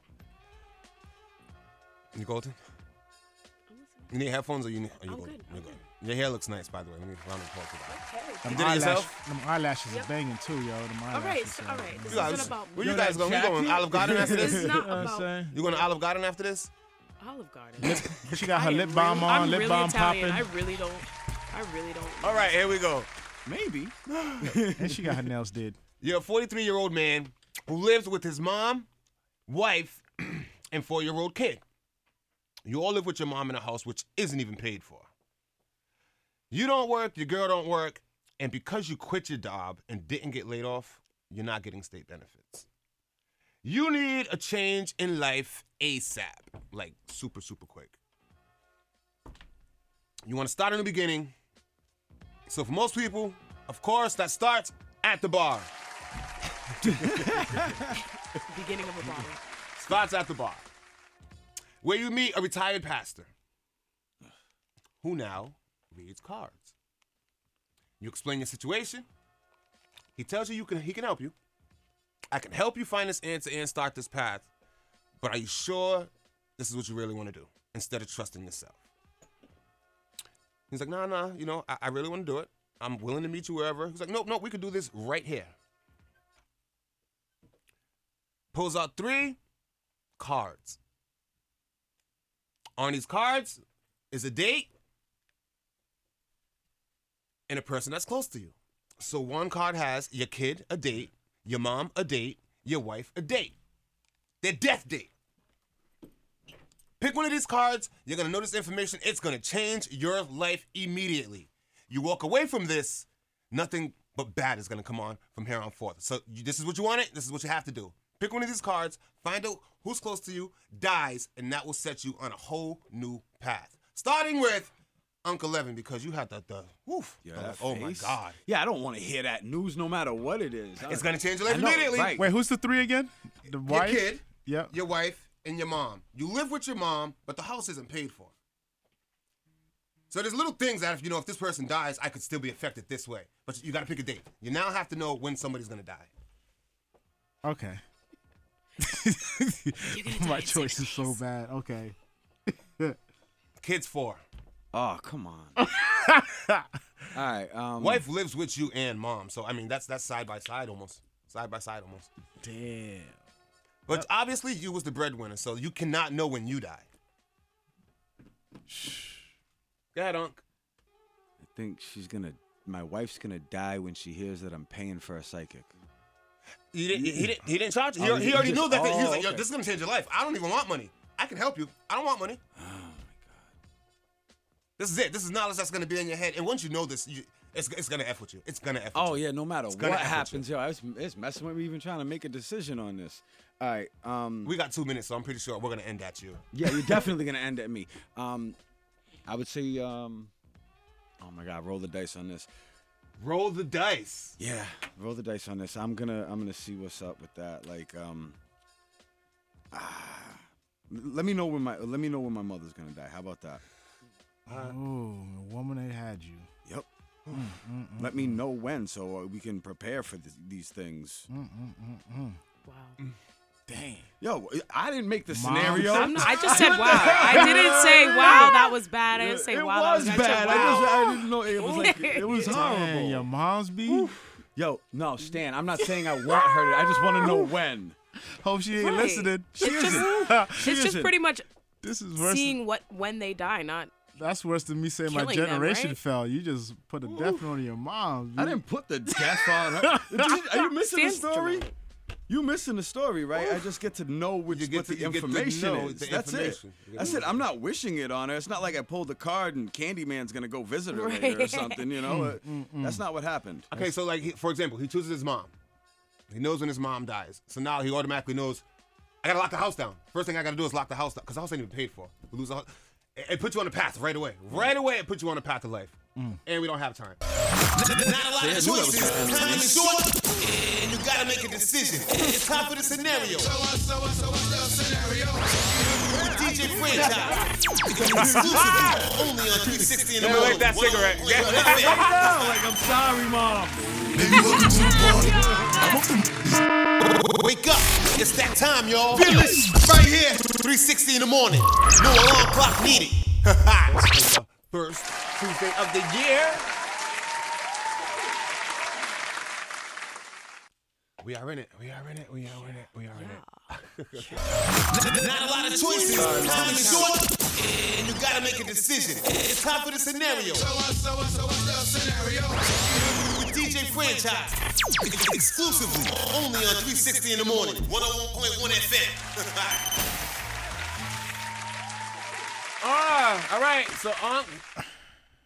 S2: You golden? You need headphones or you need? Are you
S14: I'm
S2: golden?
S14: good,
S2: You're good. Your hair looks nice, by the way. Let me round of applause for that.
S3: Them
S2: You did it
S3: eyelash-
S2: yourself?
S3: Them eyelashes
S14: Yep.
S3: are banging too, yo. Them eyelashes.
S14: All right, so, all right. This
S2: You guys-
S14: is about
S2: where you guys going? You going to Olive Garden after this?
S14: It's not about
S2: You going to Olive Garden after this?
S14: Olive Garden.
S3: Lip- she got her
S14: I am
S3: lip balm
S14: really-
S3: on,
S14: I'm
S3: lip
S14: really
S3: balm
S14: Italian.
S3: popping.
S14: I really don't. I really don't.
S2: All right, here we go.
S10: Maybe.
S3: and she got her nails did.
S2: You're a 43 year old man who lives with his mom, wife, and four year old kid. You all live with your mom in a house which isn't even paid for. You don't work, your girl don't work, and because you quit your job and didn't get laid off, you're not getting state benefits. You need a change in life ASAP, like super, super quick. You want to start in the beginning. So for most people, of course, that starts at the bar.
S14: Beginning of a bottle.
S2: Starts at the bar, where you meet a retired pastor who now reads cards. You explain your situation. He tells you, you can he can help you. I can help you find this answer and start this path, but are you sure this is what you really want to do instead of trusting yourself? He's like, nah, nah, you know, I, I really want to do it. I'm willing to meet you wherever. He's like, nope, nope, we can do this right here. Pulls out three cards. On these cards is a date and a person that's close to you. So one card has your kid a date, your mom a date, your wife a date. Their death date. Pick one of these cards, you're gonna know this information, it's gonna change your life immediately. You walk away from this, nothing but bad is gonna come on from here on forth. So you, this is what you want it, this is what you have to do. Pick one of these cards, find out who's close to you, dies, and that will set you on a whole new path. Starting with Uncle Levin, because you had the, the woof. the-
S10: that
S2: oh my
S10: face.
S2: God.
S10: Yeah, I don't want to hear that news, no matter what it is.
S2: It's gonna change your life
S10: I know,
S2: immediately.
S10: right.
S3: Wait, who's the three again? The
S2: your
S3: wife.
S2: kid,
S3: Yeah.
S2: your wife, and your mom. You live with your mom, but the house isn't paid for. So there's little things that if you know if this person dies, I could still be affected this way. But you gotta pick a date. You now have to know when somebody's gonna die.
S3: Okay. My choice is so bad. Okay.
S2: Kids four.
S10: Oh, come on. All right.
S3: Mm.
S10: Um,
S2: wife lives with you and mom. So I mean that's that's side by side almost. Side by side almost.
S3: Damn.
S2: But obviously you was the breadwinner, so you cannot know when you die. Go ahead, Unc.
S10: I think she's gonna. My wife's gonna die when she hears that I'm paying for a psychic.
S2: He didn't, he didn't, he didn't charge you. He,
S10: Oh,
S2: he
S10: he
S2: already
S10: just-
S2: knew that. thing. he was
S10: oh,
S2: like, yo,
S10: okay.
S2: this is going to change your life. I don't even want money. I can help you. I don't want money. Oh, my God. This is it. This is knowledge that's going to be in your head. And once you know this, you, it's, it's going to F with you. It's going to F with
S10: Oh yeah, no matter
S2: It's
S10: what
S2: gonna affect
S10: happens, yo, it's, it's messing with me even trying to make a decision on this. All right. Um,
S2: we got two minutes, so I'm pretty sure we're gonna end at you.
S10: Yeah, you're definitely gonna end at me. Um, I would say, um, oh my God, roll the dice on this.
S2: Roll the dice.
S10: Yeah, roll the dice on this. I'm gonna, I'm gonna see what's up with that. Like, um, ah, l- let me know when my, let me know when my mother's gonna die. How about that? Uh,
S3: Oh, the woman that had you.
S10: Yep.
S3: Mm,
S10: Let me know when so uh, we can prepare for th- these things.
S3: Mm.
S14: Wow.
S3: Dang.
S10: Yo, I didn't make the
S3: Mom.
S10: scenario.
S3: I'm not-
S14: I just said wow.
S10: What the
S14: I
S10: hell?
S14: didn't say wow. That was bad. I didn't say
S10: It
S14: wow.
S10: was
S14: that was
S10: bad.
S14: I, said,
S10: I,
S14: wow.
S10: just, I didn't know. It was like it was horrible.
S3: Dang, your mom's beat.
S10: Yo, no, Stan. I'm not saying I want her. To, I just want to know when.
S3: Hope she ain't
S14: Right.
S3: listening. She
S14: It's just-
S3: isn't. she
S14: it's just
S3: isn't.
S14: pretty much
S3: This is worse.
S14: seeing what when they die, not
S3: that's worse than me saying my
S14: killing them,
S3: generation
S14: right?
S3: fell. You just put a death on your mom.
S10: I didn't put the death on her. Did you- Are you missing the
S14: Stan's
S10: story? You missing the story, right? I just get to know which
S2: get
S10: what
S2: to-
S10: the
S2: you get to
S10: information
S2: know
S10: is.
S2: the
S10: That's
S2: information. You
S10: it.
S2: get
S10: That's
S2: to
S10: it. I'm not wishing it on her. It's not like I pulled the card and Candyman's gonna go visit her later or
S14: Right.
S10: something. You know,
S3: Mm, mm, mm.
S10: that's not what happened.
S2: Okay, so like, he, for example, he chooses his mom. He knows when his mom dies. So now he automatically knows, I gotta lock the house down. First thing I gotta do is lock the house down, because the house ain't even paid for. We lose the house. It, it puts you on a path right away.
S1: Mm.
S2: Right away, it puts you on a path of life. And we don't have time.
S1: Not a Mm. lot of choices. Time is short, and you gotta make a decision. It's time for the scenario. So what, so what, so what's your scenario? With DJ Franchise. Exclusively only on 360 in the morning. oh
S2: that cigarette.
S10: like I'm sorry, mom.
S1: Wake up. It's that time, y'all. Fearless. Right here. 360 in the morning. No alarm clock needed.
S2: First Tuesday of the year. We are in it. We are in it. We are in it. We are in it.
S1: Not a lot of choices. Time is short, and you gotta make a decision. It's time for the scenario. So what, so what, so what's your scenario? With DJ Franchise. Exclusively. Only on 360 in the morning. 101.1 FM.
S2: Ah, all right. So Aunt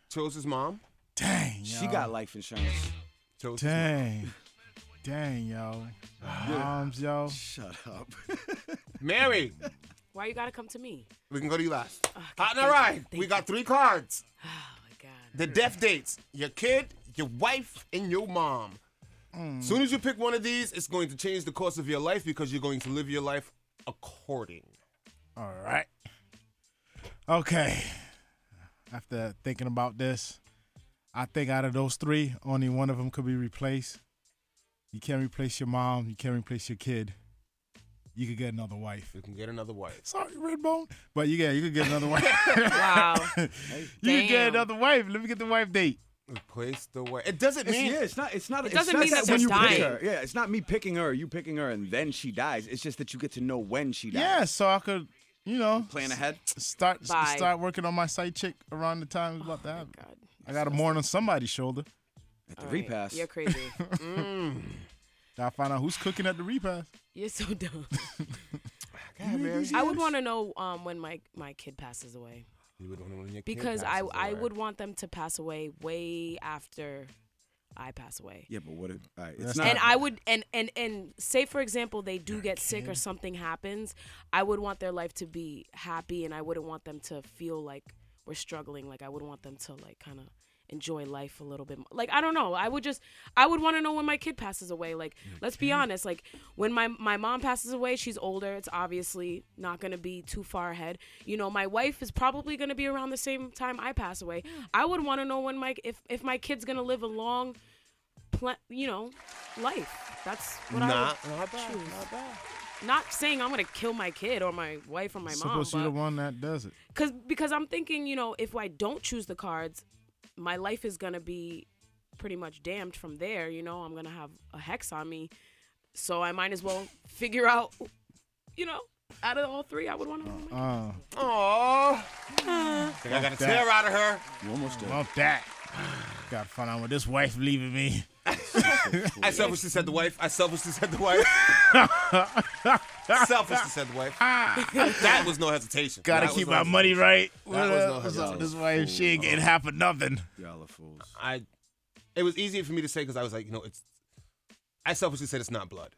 S2: chose his mom.
S3: Dang.
S10: She
S3: yo.
S10: got life insurance.
S2: Chose his mom.
S3: Dang. Dang, yo. Moms, yo.
S10: Shut up.
S2: Married.
S14: Why you gotta come to me?
S2: We can go to you last. Hot and all right. We got three cards. Oh my god. The death dates: your kid, your wife, and your mom. As soon as you pick one of these, it's going to change the course of your life because you're going to live your life according.
S3: All right. Okay. After thinking about this, I think out of those three, only one of them could be replaced. You can't replace your mom. You can't replace your kid. You could get another wife.
S2: You can get another wife.
S3: Sorry, Redbone. But you get you could get another wife.
S2: Wow.
S3: you could get another wife. Let me get the wife date.
S2: Replace the wife. It doesn't
S10: It's-
S2: mean.
S10: yeah, it's not. It's not.
S2: It
S10: it's
S2: doesn't
S10: not
S2: mean that
S10: when
S2: they're
S10: you
S2: dying.
S10: pick her. Yeah, it's not me picking her. You picking her, and then she dies. It's just that you get to know when she dies.
S3: Yeah, so I could, you know,
S10: Plan ahead.
S3: Start s-
S10: Bye.
S3: start working on my side chick around the time it's about to happen. I got to mourn on somebody's shoulder. At
S10: the All right, repass.
S14: You're crazy. Mm.
S3: Gotta find out who's cooking at the repass.
S14: You're so dumb.
S3: Mary.
S14: I would want to know um, when my, my kid passes away
S2: You would only when your kid
S14: because I
S2: passes
S14: I
S2: away.
S14: would want them to pass away way after I pass away.
S10: Yeah, but what? If, all right, it's
S2: That's
S10: not.
S14: and I would and and and say for example they do get sick or
S10: kid.
S14: something happens, I would want their life to be happy and I wouldn't want them to feel like we're struggling. Like I would want them to like kind of enjoy life a little bit. More. Like I don't know. I would just I would want to know when my kid passes away. Like let's be honest. Like when my my mom passes away, she's older. It's obviously not going to be too far ahead. You know, my wife is probably going to be around the same time I pass away. I would want to know when my if if my kid's going to live a long pl- you know, life. That's what
S2: Not-
S14: I would
S2: not bad,
S14: choose. Not saying I'm gonna kill my kid or my wife or my mom,
S3: Supposed to be the
S14: but
S3: one that does it.
S14: because because I'm thinking, you know, if I don't choose the cards, my life is gonna be pretty much damned from there. You know, I'm gonna have a hex on me, so I might as well figure out, you know, out of all three, I would want to.
S3: Uh,
S14: Aww.
S2: Think I got a tear out of her.
S10: You almost
S3: did. Want that? Gotta find out when this wife leaving me.
S2: I selfishly said the wife. I selfishly said the wife. selfishly said the wife. that was no hesitation.
S3: Ah. Gotta
S2: That was
S3: keep
S2: no
S3: my money
S2: hesitation.
S3: right.
S2: That was no
S3: What's up?
S2: hesitation.
S3: This wife, she ain't getting half of nothing.
S10: Y'all are fools.
S2: I. It was easier for me to say because I was like, you know, it's. I selfishly said it's not blood.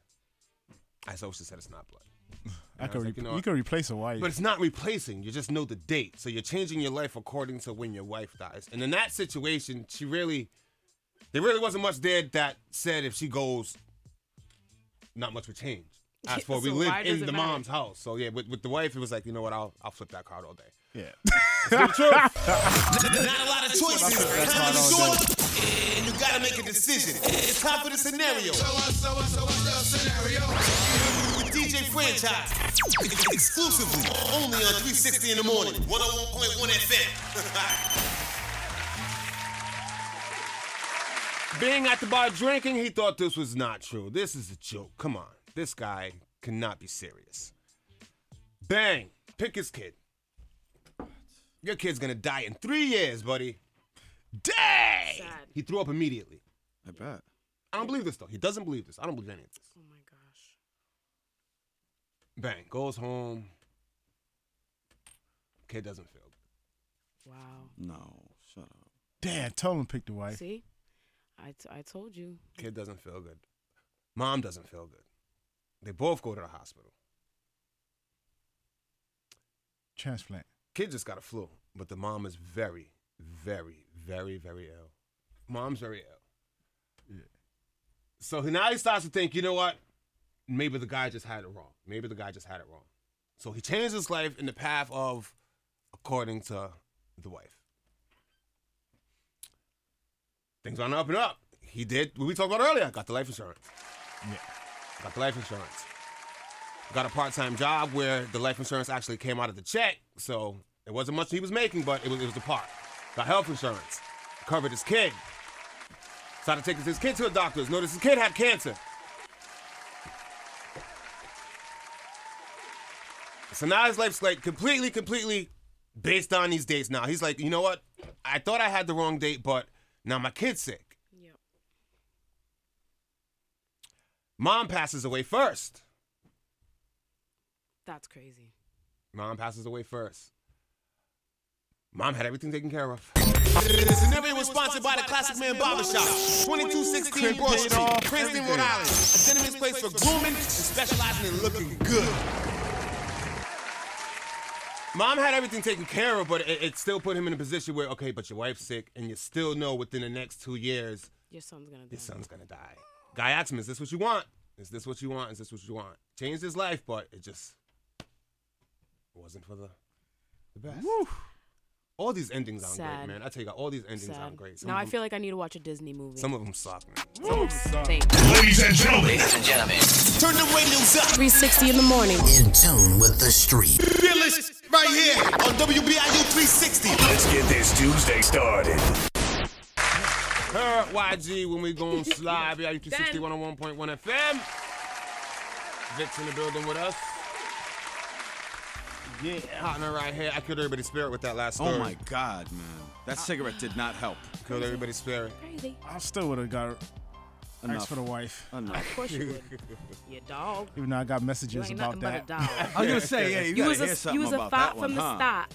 S2: I selfishly said it's not blood.
S3: I
S2: And
S3: could
S2: was
S3: re-
S2: like, you know
S3: you
S2: what?
S3: could replace a wife.
S2: But it's not replacing. You just know the date. So you're changing your life according to when your wife dies. And in that situation, she really, there really wasn't much there that said if she goes, not much would change. As for we
S15: So
S2: live
S15: why does
S2: in
S15: it
S2: the
S15: matter?
S2: mom's house. So yeah, with, with the wife, it was like, you know what, I'll, I'll flip that card all day.
S3: Yeah.
S2: It's the truth.
S1: Not a lot of choices. Time is short, and you gotta make a decision. It's time for the scenario. So what's so what's so what's the scenario? With DJ Franchise, exclusively only on 360 in the morning, 101.1 FM.
S2: Being at the bar drinking, he thought this was not true. This is a joke. Come on. This guy cannot be serious. Bang. Pick his kid. Your kid's gonna die in three years, buddy. Dang! He threw up immediately.
S10: I bet.
S2: I don't believe this though. He doesn't believe this. I don't believe any of this. Oh my gosh. Bang. Goes home. Kid doesn't feel
S14: Wow.
S10: No, shut up.
S3: Damn, tell him to pick the wife.
S14: See, I, t- I told you.
S2: Kid doesn't feel good. Mom doesn't feel good. They both go to the hospital.
S3: Transplant.
S2: Kid just got a flu, but the mom is very, very, very, very ill. Mom's very ill. So he- now he starts to think, you know what? Maybe the guy just had it wrong. Maybe the guy just had it wrong. So he changed his life in the path of according to the wife. Things on the up and up. He did what we talked about earlier. Got the life insurance.
S3: Yeah.
S2: Got the life insurance. Got a part-time job where the life insurance actually came out of the check, so it wasn't much he was making, but it was it was a part. Got health insurance. Covered his kid. Started taking his kid to a doctor's. Noticed his kid had cancer. So now his life's like completely, completely based on these dates now. He's like, you know what? I thought I had the wrong date, but now my kid's sick. Mom passes away first.
S14: That's crazy.
S2: Mom passes away first. Mom had everything taken care of.
S1: The scenario was sponsored by the Classic Man Barbershop, 2216 Broad Street, Princeton, Rhode Island. A gentleman's place for grooming and specializing in looking good.
S2: Mom had everything taken care of, but it, it still put him in a position where, okay, but your wife's sick, and you still know within the next two years,
S14: Your son's gonna die.
S2: your son's gonna die. Guy asked him, "Is this what you want? Is this what you want? Is this what you want?" Changed his life, but it just wasn't for the the best. All these endings aren't
S14: Sad.
S2: great, man. I tell you, all these endings
S14: Sad.
S2: aren't great. Some
S14: now
S2: of
S14: I
S2: them-
S14: feel like I need to watch a Disney movie.
S2: Some of them suck, man.
S5: Ladies and
S2: gentlemen.
S5: Ladies and gentlemen.
S1: Turn the radios up.
S5: 360 in the morning. In tune with the street.
S1: Fearless right here on WBIU 360.
S11: Let's get this Tuesday started.
S2: Her YG when we go on slide. Yeah, you 360 101.1 FM. Vic's in the building with us. Yeah. Partner right here. I killed everybody's spirit with that last story.
S10: Oh my God, man. That cigarette did not help.
S2: Killed everybody's spirit.
S14: Crazy.
S3: I still would have got asked
S10: Enough.
S3: for the wife.
S2: Uh,
S10: Enough.
S14: Of course you would. Your dog.
S3: Even though I got messages
S14: You ain't
S3: about
S14: nothing
S3: that.
S14: but a dog.
S10: I was gonna say, yeah, you
S14: you
S10: gotta
S14: was a,
S10: hear
S14: you
S10: something
S14: was a
S10: about
S14: thought
S10: that
S14: from
S10: one,
S14: the
S10: huh?
S14: start.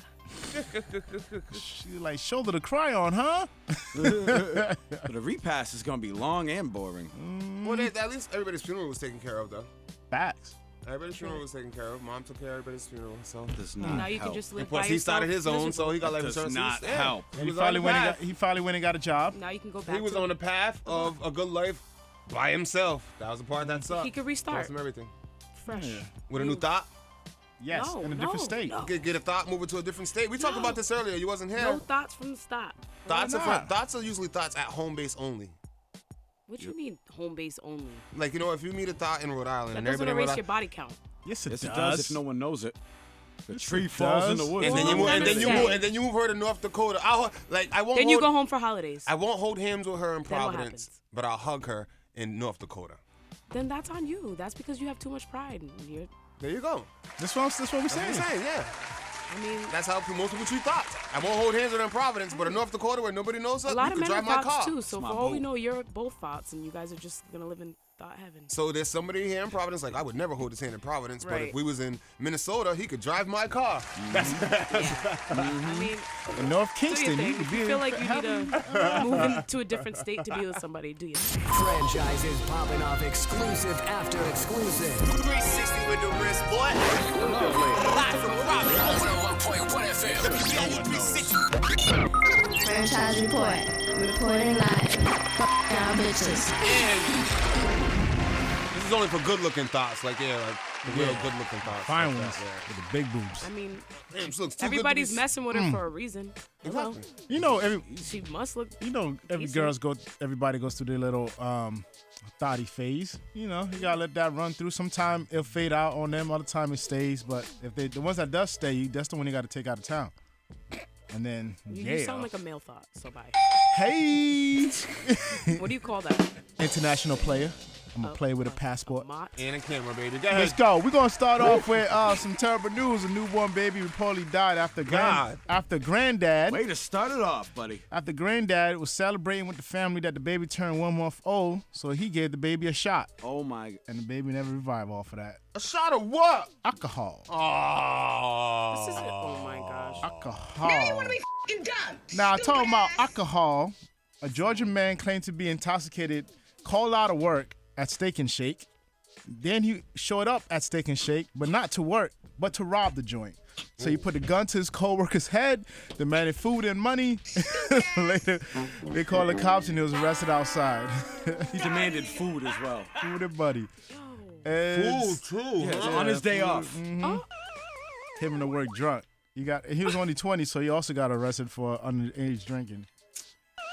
S3: She like shoulder to cry on, huh?
S10: the repass is gonna be long and boring.
S2: Well,
S10: Mm.
S2: they, at least everybody's funeral was taken care of, though.
S3: Facts.
S2: Everybody's funeral was taken care of. Mom took care of everybody's funeral, so.
S10: Does
S3: not
S14: Now you can help. just live
S2: And plus,
S14: by
S2: he started his
S14: yourself,
S2: own, so he got life
S10: That does
S2: insurance. He was-
S10: not
S2: yeah.
S10: help.
S2: He
S3: And he
S2: was on
S3: finally
S2: the
S3: went. And
S2: path.
S3: got, he finally went and got a job.
S14: Now you can go back.
S2: He was
S14: to
S2: on the path of a good life by himself. That was the part that sucked.
S14: He could restart.
S2: Lost him everything.
S14: fresh.
S2: With a new thought?
S3: Yes,
S14: No,
S3: in a different
S14: no,
S3: state.
S14: no.
S2: Get, get a thought, move it to a different state. We talked about this earlier. You wasn't here.
S14: No thoughts from the start.
S2: Thoughts are
S14: Why
S2: fun.
S14: not?
S2: thoughts are usually thoughts at home base only.
S14: What you mean home base only?
S2: Like you know, if you meet a thought in Rhode Island,
S14: That
S2: and
S14: doesn't
S2: everybody in Rhode
S14: erase
S2: Island,
S14: your body count.
S3: Yes, it,
S10: Yes, it
S3: does.
S10: does. if no one knows it. The tree
S3: it
S10: falls in
S3: does.
S10: the woods.
S2: and then you
S14: Well,
S2: move, and then you
S14: I'm
S2: move, and then you move her to North Dakota. I'll like I won't.
S14: Then you go
S2: hold-
S14: home for holidays.
S2: "Oh, I won't hold hands with her in
S14: Then what
S2: Providence, but I'll hug her in North Dakota.
S14: Then that's on you. That's because you have too much pride. You're,
S2: There you go.
S3: This what, I'm- this what we're
S2: That's what
S3: saying.
S2: I'm saying, yeah.
S14: I mean,
S2: That's how most people treat thoughts. I won't hold hands with her in Providence, but in North Dakota where nobody knows her,
S14: a lot
S2: you
S14: of
S2: can
S14: men are
S2: drive my car.
S14: thoughts too. So for all we know, you're both thoughts, and you guys are just gonna live in thought heaven.
S2: So there's somebody here in Providence, like I would never hold his hand in Providence, but
S14: Right.
S2: if we was in Minnesota, he could drive my car.
S14: I mean,
S3: In North Kingston,
S14: do
S3: you
S14: your thing.
S3: could
S14: If
S3: be
S14: you
S3: in
S14: feel like you need
S3: heaven.
S14: to move into a different state to be with somebody, do you?
S6: Franchise is popping off exclusive after exclusive.
S1: 360 with the wrist, boy. Live from Providence.
S9: 101.1 FM.
S1: WBIU 360.
S7: Franchise report. Reporting live. Fuck y'all bitches.
S2: This is only for good looking thoughts, like yeah, like the real good looking thoughts.
S3: Fine
S2: like
S3: ones
S2: that,
S3: with the big boobs.
S14: I mean,
S2: yeah. Damn, she looks too good to be
S14: everybody's
S2: s-
S14: messing with her
S3: Mm.
S14: for a reason. Hello.
S2: Exactly.
S3: You know every
S14: She must look.
S3: you know every
S14: Decent.
S3: girls go everybody goes through their little um thotty phase. You know, you gotta let that run through. Sometime it'll fade out on them, other time it stays. But if they the ones that does stay, you that's the one you gotta take out of town. And then
S14: You,
S3: yeah.
S14: you sound like a male thought. So bye.
S3: hey
S14: What do you call that?
S3: International player. I'm a
S14: A-
S3: player with a passport.
S2: And a camera, baby. Go ahead.
S3: Let's go. We're gonna start off with uh, some terrible news. A newborn baby reportedly died after grand,
S10: God.
S3: after granddad
S10: Way to start it off, buddy.
S3: after granddad was celebrating with the family that the baby turned one month old, so he gave the baby a shot,
S10: Oh my.
S3: and the baby never revived off of that
S2: A shot of what?
S3: alcohol.
S2: Oh.
S14: This is it. Oh my gosh.
S3: Alcohol. Now, talking about alcohol, a Georgia man claimed to be intoxicated, called out of work at Steak and Shake. Then he showed up at Steak and Shake, but not to work, but to rob the joint. So he put a gun to his co-worker's head, demanded food and money. Later, they called the cops and he was arrested outside.
S10: He demanded food as well.
S3: food and money. And
S2: Ooh, too.
S10: Yeah,
S2: huh?
S10: on his day off.
S3: him to work drunk. He got he was only 20, so he also got arrested for underage drinking.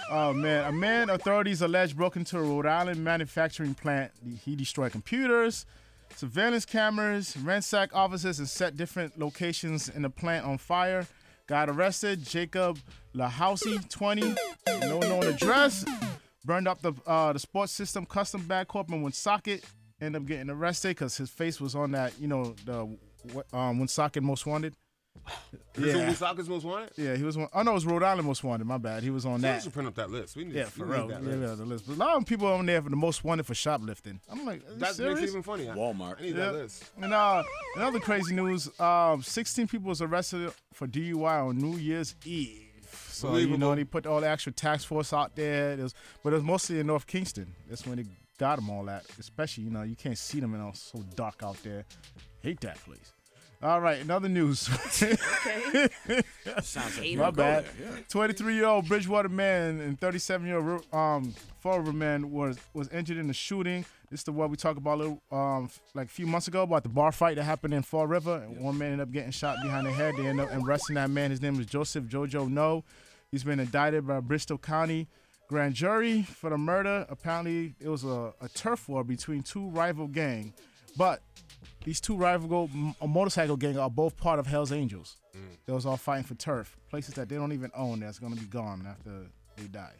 S3: Oh man, a man authorities alleged broke into a Rhode Island manufacturing plant. He destroyed computers, surveillance cameras, ransacked offices, and set different locations in the plant on fire. Got arrested. Jacob Lahousey, 20, no known address. Burned up the uh, the sports system custom bag corp in Woonsocket. Ended up getting arrested because his face was on that, you know, the um, Woonsocket most wanted.
S2: Is it
S3: Yeah.
S2: Woosaka's most wanted?
S3: Yeah, he was one. Oh no, it was Rhode Island most wanted. My bad. He was on
S2: Yeah. We
S3: that.
S2: should print up that list. We need,
S3: Yeah,
S2: we
S3: for
S2: need
S3: real.
S2: that
S3: Yeah,
S2: list.
S3: yeah, the list. But a lot of people on there for the most wanted for shoplifting. I'm like, are you
S2: That
S3: serious?
S2: makes it even funnier.
S10: Walmart.
S2: I need
S3: Yeah.
S2: that list.
S3: And uh, another crazy news: um, 16 people was arrested for DUI on New Year's Eve. So you know
S2: Believable.
S3: they put all the extra task force out there. It was, but it was mostly in North Kingston. That's when they got them all at. Especially you know you can't see them and all so dark out there. Hate that place. All right, another news.
S14: Okay.
S10: Sounds
S14: like
S3: My
S14: you
S3: bad.
S14: go there, yeah.
S3: 23-year-old Bridgewater man and 37-year-old um, Florida man was was injured in a shooting. This is the one we talked about a little, um, like a few months ago about the bar fight that happened in Fall River. And One man ended up getting shot behind the head. They ended up arresting that man. His name was Joseph Jojo No. He's been indicted by Bristol County grand jury for the murder. Apparently, it was a, a turf war between two rival gang, but these two rival go, m- a motorcycle gang are both part of Hell's Angels.
S2: Mm.
S3: They was all fighting for turf, places that they don't even own. That's gonna be gone after they die.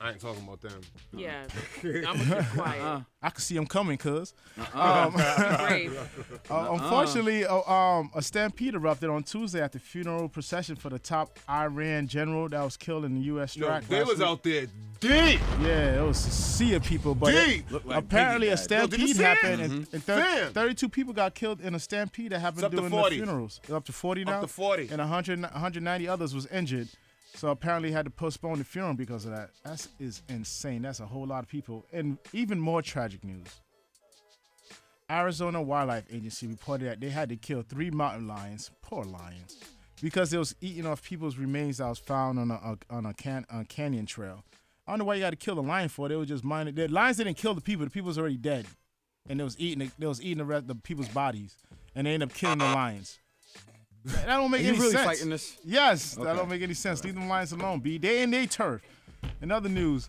S2: I ain't talking about them.
S14: Yeah. I'ma keep quiet.
S3: I could see them coming, cuz.
S2: Uh-uh. Brave.
S3: uh,
S2: Uh-uh.
S3: Unfortunately, uh, um, a stampede erupted on Tuesday at the funeral procession for the top Iran general that was killed in the U.S.
S2: No,
S3: strike.
S2: they
S3: last
S2: was
S3: week.
S2: out there deep.
S3: Yeah, it was a sea of people, but
S2: Deep.
S3: it-
S2: Looked like
S3: apparently
S2: Biggie
S3: a
S2: died. Yo, did you
S3: stampede
S2: see it?
S3: happened, and,
S2: Mhm.
S3: and thir-
S2: Fam.
S3: 32 people got killed in a stampede that happened
S2: It's up to
S3: during
S2: 40.
S3: the funerals. Up to 40 now?
S2: to 40.
S3: And 100, 190 others was injured, so apparently had to postpone the funeral because of that. That is insane. That's a whole lot of people. And even more tragic news. Arizona Wildlife Agency reported that they had to kill three mountain lions, poor lions, because they was eating off people's remains that was found on a, a- on a, can, a canyon trail. I don't know why you got to kill the lion for. They were just minding. The lions didn't kill the people. The people was already dead, and they was eating. The, they was eating the rest the people's bodies, and they end up killing the lions. That don't make
S10: Are Uh-huh. you
S3: any
S10: really
S3: sense.
S10: fighting this?
S3: Yes, that
S10: Okay.
S3: don't make any sense. Leave them lions alone. Be they in their turf. In other news,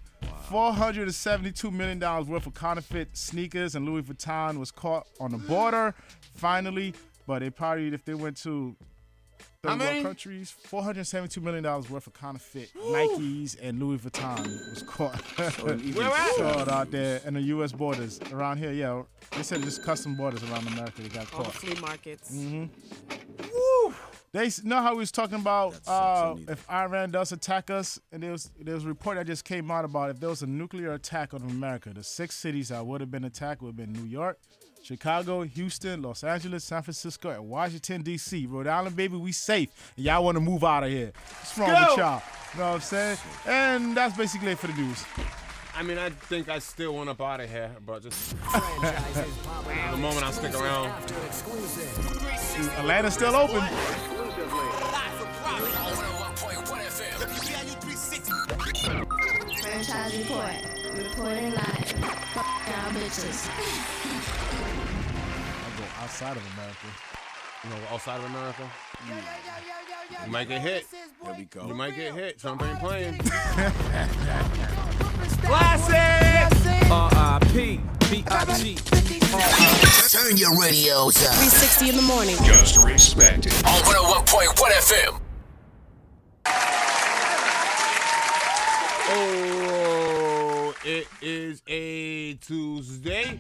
S3: $472 million worth of counterfeit sneakers and Louis Vuitton was caught on the border finally. But they probably, if they went to
S2: How
S3: 31
S2: many?
S3: countries, $472 million worth of counterfeit Nikes and Louis Vuitton was caught.
S2: Where at?
S3: Sold out there in the U.S. borders around here. Yeah, they said just custom borders around America. They got
S14: All the
S3: caught.
S14: flea markets.
S3: hmm They s- know how we was talking about uh, if Iran does attack us, and there was there was a report that just came out about if there was a nuclear attack on America, the six cities that would have been attacked would have been New York, Chicago, Houston, Los Angeles, San Francisco, and Washington D.C. Rhode Island, baby, we safe. And y'all want to move out of here? What's wrong
S2: Go.
S3: with y'all? You know what I'm saying? And that's basically it for the news.
S2: I mean, I think I still want up out of here, but just
S6: the
S2: moment I stick around.
S6: After exclusive.
S3: Atlanta's still open.
S7: Franchise report. Reporting live. Fuck y'all bitches.
S3: I go outside of America.
S2: you know, outside of America, you might get hit.
S10: There we go.
S2: You might get hit. Trump ain't playing.
S15: R.I.P. B.I.G.
S9: Turn your radios up.
S5: 360 in the morning.
S9: Just respect it. On 101.1 FM.
S2: Oh, it is a Tuesday.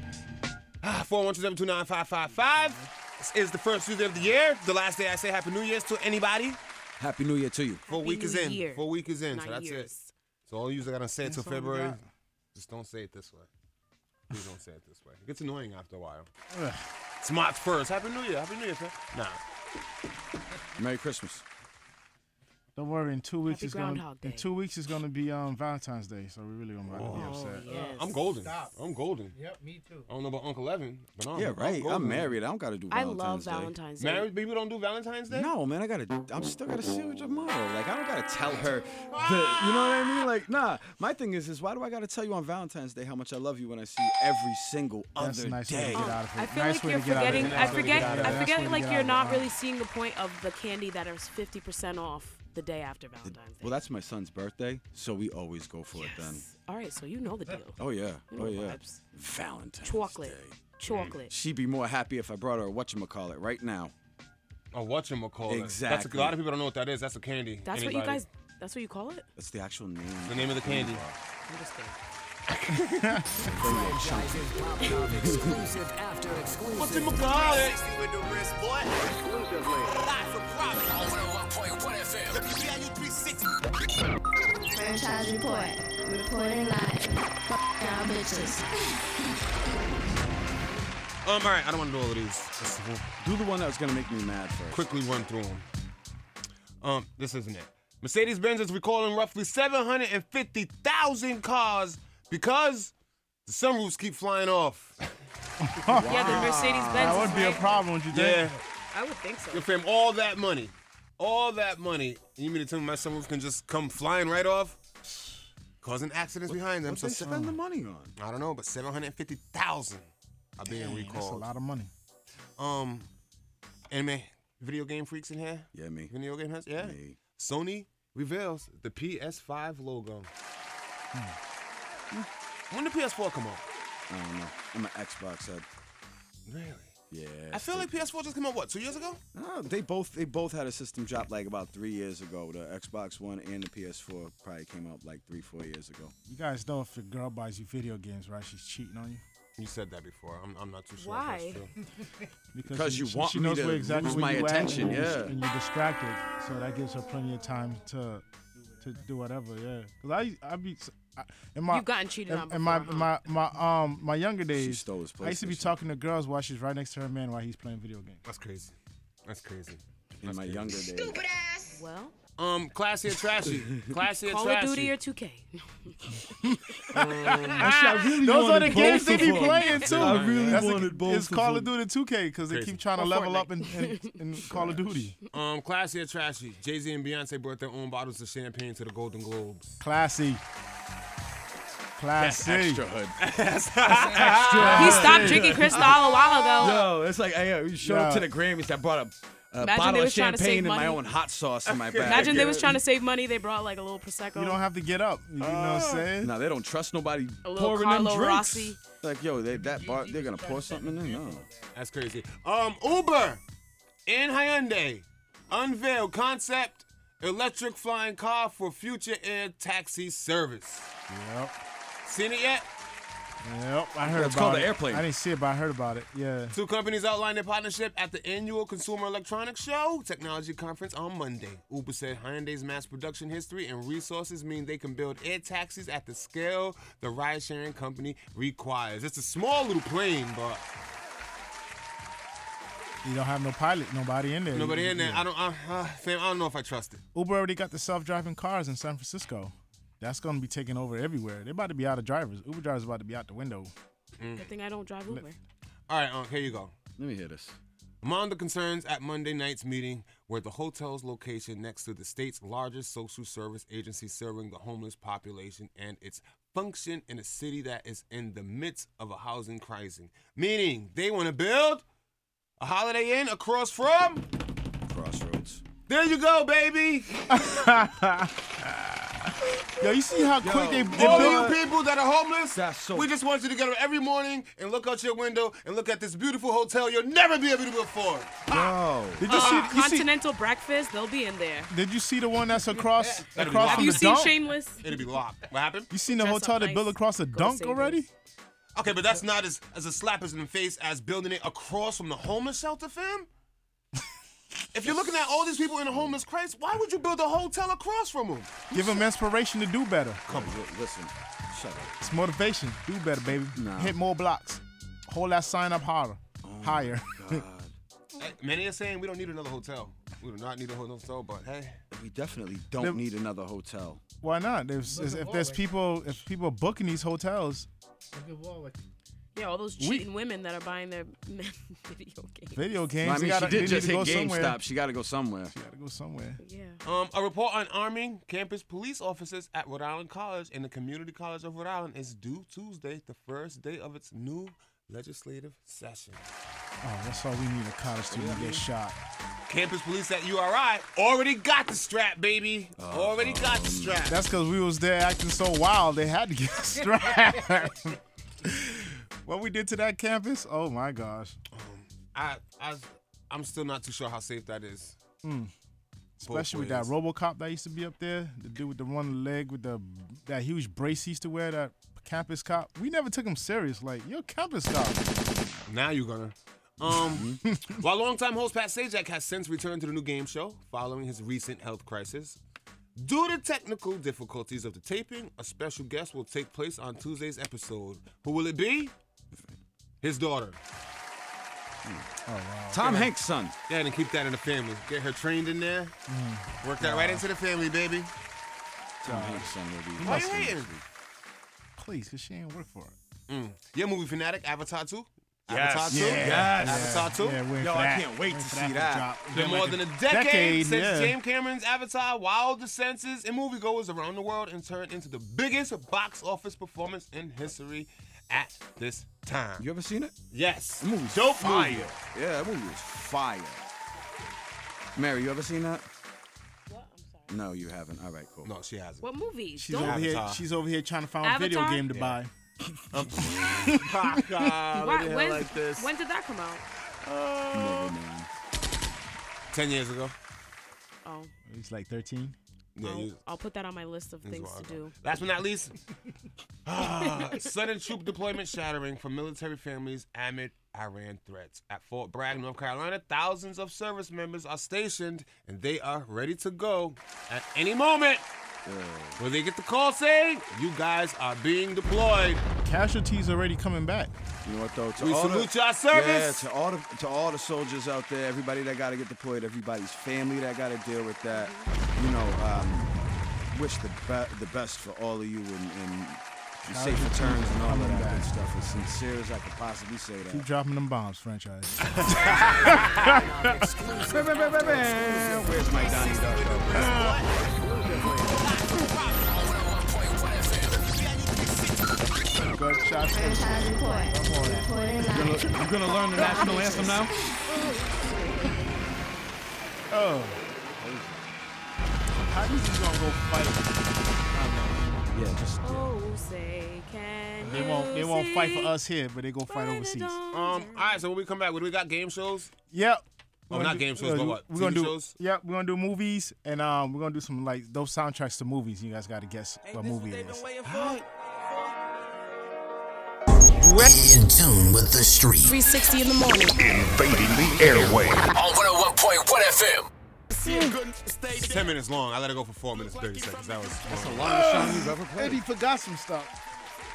S2: Ah, 412-729-555. This is the first Tuesday of the year. The last day I say Happy New Year's to anybody.
S10: Happy New Year to you.
S2: Full week
S14: New
S2: is in.
S14: Year.
S2: Full week is in.
S14: Not
S2: so that's
S14: years.
S2: it. So all you gotta say it
S14: That's
S2: till
S14: all we
S2: February.
S14: got.
S2: Just don't say it this way. Please don't say it this way. It gets annoying after a while. it's March first. Happy New Year. Happy New Year. fam. Nah.
S10: Merry Christmas.
S3: Don't worry, in two weeks
S14: Happy
S3: it's gonna
S14: Groundhog
S3: in two weeks it's gonna be um, Valentine's Day, so we really gonna be upset.
S2: I'm golden. I'm golden. Yep, me too. I don't know about Uncle Evan, but I'm
S10: yeah, right. I'm,
S2: golden.
S10: married. I don't gotta do
S2: I
S10: Valentine's
S2: love
S10: Day.
S2: Valentine's Day. Married people don't do Valentine's Day?
S10: No, man. I gotta. I'm still gotta see with your mother. Like I don't gotta tell her. The, you know what I mean? Like nah. My thing is, is why do I gotta tell you on Valentine's Day how much I love you when I see you every single
S3: That's
S10: other
S3: a nice way to
S10: day?
S3: get out of it.
S14: Oh, I feel
S3: Nice way
S14: like you're
S3: to get out of it.
S14: forgetting. I
S3: Nice way to get
S14: forget.
S3: out of it.
S14: I
S3: Nice way
S14: forget.
S3: to
S14: Like
S3: get
S14: you're
S3: out of it.
S14: not really seeing the point of the candy that is 50% off the day after Valentine's.
S10: Well, that's my son's birthday, so we always go for it then.
S14: All right, so you know the deal.
S10: Oh yeah.
S14: You know
S10: Oh
S14: the
S10: yeah.
S14: vibes.
S10: Valentine's.
S14: Chocolate. Chocolate.
S10: She'd be more happy if I brought her a whatchamacallit right now.
S2: A whatchamacallit. That's a,
S10: Exactly.
S2: a lot of people don't know what that is. That's a candy.
S14: That's what you
S2: Anybody?
S14: guys. That's what you call it.
S10: That's the actual name.
S2: The name of the candy.
S14: I'm just kidding.
S6: Franchises popping off exclusive after exclusive.
S9: What's in my
S6: wallet?
S9: With the wrist, boy. Live for profit. On 101.1 FM.
S7: Franchise report. Reporting live. Fuck y'all bitches.
S2: Um, all right, I don't want to do all of these.
S10: Do the one that was gonna make me mad first.
S2: Quickly run through them. Um, this isn't it. Mercedes Benz is recalling roughly 750,000 cars because the sunroofs keep flying off.
S14: Yeah, the Mercedes Benz.
S3: That would be a problem, would you think?
S2: Yeah.
S14: I would think so.
S2: Your fam, all that money, all that money. You mean to tell me my summers can just come flying right off? Causing accidents behind them.
S10: what they spend the money on?
S2: I don't know, but seven hundred fifty thousand are being
S3: Dang,
S2: recalled.
S3: that's a lot of money.
S2: Um, anime video game freaks in here.
S10: Yeah, me.
S2: Video game heads. Yeah. Sony reveals the PS5 logo. Hmm. When did PS4 come out?
S10: I don't know. I'm an Xbox head.
S2: Really?
S10: Yeah.
S2: I feel
S10: still-
S2: like PS4 just came out what two years ago?
S10: No, they both they both had a system drop like about three years ago. The Xbox One and the PS4 probably came out like three four years ago.
S3: You guys know if your girl buys you video games, right? She's cheating on you.
S2: You said that before. I'm, I'm not too sure.
S14: Why?
S10: Because you want me to lose
S3: where
S10: my
S3: you at
S10: attention,
S3: and you're-
S10: yeah.
S3: And you're distracted, so that gives her plenty of time to to do whatever, yeah. Cause I I be I, in my
S14: You've gotten cheated
S3: in,
S14: on
S3: in my,
S14: before,
S3: my my um my younger days.
S10: stole his
S3: I used to be
S10: PlayStation.
S3: talking to girls while she's right next to her man while he's playing video games.
S2: That's crazy. That's crazy.
S10: In my younger days.
S14: Well,
S2: Um, classy or trashy? classy or
S14: Call of
S2: trashy?
S14: Duty or 2K.
S3: Actually, I really
S2: Those are the
S3: wanted
S2: games they
S3: both
S2: be
S3: of 'em.
S2: playing, too.
S3: I really
S2: That's a-
S3: wanted both.
S2: it's Call of
S3: Duty 2K because
S2: they
S3: they
S2: Crazy. keep
S3: keep
S2: trying
S3: trying
S2: to
S3: to
S2: Or
S3: level
S2: level
S3: up
S2: up
S3: in, Call of Duty.
S2: Um, classy or trashy? Jay Z and Beyonce brought their own bottles of champagne to the Golden Globes.
S3: Classy. Classy.
S2: extra
S10: hood.
S2: That's
S3: extra.
S14: He stopped drinking Cristal a while ago.
S16: Yo, it's like I uh, we showed up to
S10: Yeah.
S16: the Grammys. I brought a, a
S14: Imagine
S16: bottle
S14: they
S16: of
S14: was trying to save
S16: champagne and my
S14: money.
S16: own hot sauce in my bag.
S14: Imagine they was trying to save money. They brought like a little prosecco.
S3: You don't have to get up. You know
S2: Uh,
S3: what I'm saying?
S10: Now they don't trust nobody
S14: A little
S10: pouring in
S14: Carlo
S10: drinks.
S14: Rossi.
S10: Like yo, they, that bar they're gonna pour something in there. No.
S2: That's crazy. Um, Uber and Hyundai unveiled concept electric flying car for future air taxi service.
S3: Yep.
S2: Seen it yet?
S3: Yep, I heard
S16: It's
S3: about
S16: called
S3: it.
S16: an airplane.
S3: I didn't see it, but I heard about it. Yeah.
S2: Two companies outlined their partnership at the annual Consumer Electronics Show technology conference on Monday. Uber said Hyundai's mass production history and resources mean they can build air taxis at the scale the ride sharing company requires. It's a small little plane, but
S3: You don't have no pilot, nobody in there.
S2: nobody
S3: You-
S2: in there.
S3: yeah.
S2: I don't, I, uh, fam, I don't know if I trust it.
S3: Uber already got the self-driving cars in San Francisco. That's gonna be taking over everywhere. They're about to be out of drivers. Uber drivers about to be out the window.
S2: Mm.
S14: Good thing I don't drive Uber.
S2: All right, um, here you go.
S10: Let me hear this.
S2: Among the concerns at Monday night's meeting were the hotel's location next to the state's largest social service agency serving the homeless population and its function in a city that is in the midst of a housing crisis. Meaning, they want to build a Holiday Inn across from.
S10: Crossroads.
S2: There you go, baby.
S3: Yo, you see how quick they, they
S2: All
S3: built-
S2: of you people that are homeless,
S16: so-
S2: we just want you to get up every morning and look out your window and look at this beautiful hotel you'll never be able to afford.
S10: Yo.
S3: Did you
S14: Um,
S3: see?
S2: Uh-uh.
S3: You see
S14: continental breakfast, they'll be in there.
S3: did you see the one that's across
S2: That'd be
S3: across
S2: wild.
S3: from
S14: You
S3: the
S14: seen
S3: dunk?
S14: Shameless?
S2: It'll be locked. What happened?
S3: You seen the
S2: Dress up
S3: hotel they
S2: nice.
S3: built across the dunk
S2: Savers.
S3: already?
S2: Okay, but that's not as as a slap as in the face as building it across from the homeless shelter, fam. if you're looking at all these people in a homeless crisis, why would you build a hotel across from them?
S3: Give them inspiration to do better.
S10: Come on. Listen. Shut up.
S3: It's motivation. Do better, baby. Hit more blocks. Hold that sign up harder,
S10: Oh
S3: higher.
S2: Hey, Many are saying we don't need another hotel. We do not need a hotel, but hey,
S10: We definitely don't
S3: Never-
S10: need another hotel.
S3: Why not? There's,
S14: Look at
S3: if there's
S14: Warwick.
S3: people, if people are booking these hotels,
S14: Yeah, all those
S3: We-
S14: cheating women that are buying their men video games.
S3: video games.
S10: Well, I
S3: they
S10: mean,
S3: gotta-
S10: she
S3: they
S10: did just
S3: need
S10: hit
S3: to go somewhere.
S10: GameStop. She got to go somewhere.
S3: She got to go somewhere.
S14: Yeah.
S2: Um, a report on arming campus police officers at Rhode Island College and the Community College of Rhode Island is due Tuesday, the first day of its new legislative session.
S3: Oh, that's all we need a college student to get shot.
S2: Campus police at URI already got the strap, baby. already got the strap.
S3: That's because we was there acting so wild. They had to get us strapped. what we did to that campus? Oh my gosh.
S2: I, I, I'm still not too sure how safe that is.
S3: Mm.
S2: Both
S3: Especially with that
S2: ways.
S3: RoboCop that used to be up there, the dude with the one leg with the that huge brace he used to wear, that campus cop. We never took him serious. Like you're a campus cop.
S2: Now you're gonna. Um, while longtime host Pat Sajak has since returned to the new game show following his recent health crisis, due to technical difficulties of the taping, a special guest will take place on Tuesday's episode. Who will it be? His daughter.
S3: Oh wow.
S10: Tom Hanks' son.
S2: Yeah, and keep that in the family. Get her trained in there. Work that right into the family, baby.
S10: Tom Hanks' son will be.
S2: Why you
S10: busting this
S2: hating?
S10: week.
S3: Please, cause she ain't work for it.
S2: Mm. Yeah, movie fanatic, Avatar 2. Avatar 2? Avatar 2?
S16: Yo, I can't wait to see that.
S2: Been more than a decade, since James Cameron's Avatar wowed the senses and moviegoers around the world and turned into the biggest box office performance in history at this time.
S10: You ever seen it?
S2: Yes.
S10: That movie's
S2: Dope
S10: fire.
S2: movie.
S10: Yeah, that movie was fire. Mary, you ever seen that? No, you haven't. All right, cool.
S2: No, she hasn't.
S14: What movie?
S3: She's over here. She's over here trying to find a video
S14: Avatar?
S3: game to
S14: Yeah.
S3: buy.
S14: Why- when's- When did that come out?
S2: Ten years ago.
S14: oh,
S3: He's like 13.
S2: Yeah,
S14: I'll,
S2: you-
S14: I'll put that on my list of
S2: This is
S14: things
S2: what
S14: to
S2: I know.
S14: do.
S2: Last but not least, ah, sudden troop deployment shattering for military families amid Iran threats. At Fort Bragg, North Carolina, thousands of service members are stationed and they are ready to go at any moment. When they get the call saying, you guys are being deployed.
S3: Casualties already coming back.
S10: You know what though? To
S2: We
S10: all
S2: salute
S10: the,
S2: y'all service.
S10: Yeah, to all the to all the soldiers out there, everybody that got to get deployed, everybody's family that got to deal with that. You know, um, wish the be- the best for all of you and, and your safe
S3: Casualties
S10: returns and all of
S3: coming
S10: that
S3: back.
S10: good stuff. As sincere as I could possibly say that.
S3: Keep dropping them bombs, franchise.
S10: Where's my Donnie Duck?
S3: Gunshots.
S7: Franchise report. Reporting live.
S15: You're gonna learn the national anthem now.
S3: Oh. How these is gonna go fight?
S10: Yeah, just.
S14: Oh, say can
S3: They
S14: you
S3: won't. They won't
S14: see?
S3: fight for us here, but they go fight overseas.
S2: Um, all right, so when we come back, what do we got? Game shows?
S3: Yep.
S2: Oh,
S3: We're gonna
S2: not
S3: do-
S2: game shows, but what?
S3: We're
S2: TV
S3: gonna do.
S2: shows?
S3: Yep, we're gonna do movies, and um, we're gonna do some like those soundtracks to movies. You guys got to guess what movie it is.
S17: In tune with the street.
S5: 360 in the morning.
S17: Invading the airway.
S9: On 101.1 FM.
S2: It's 10 minutes long. I let it go for 4 minutes, 30 seconds. That was That's the
S3: longest song you've ever played. Eddie forgot some stuff.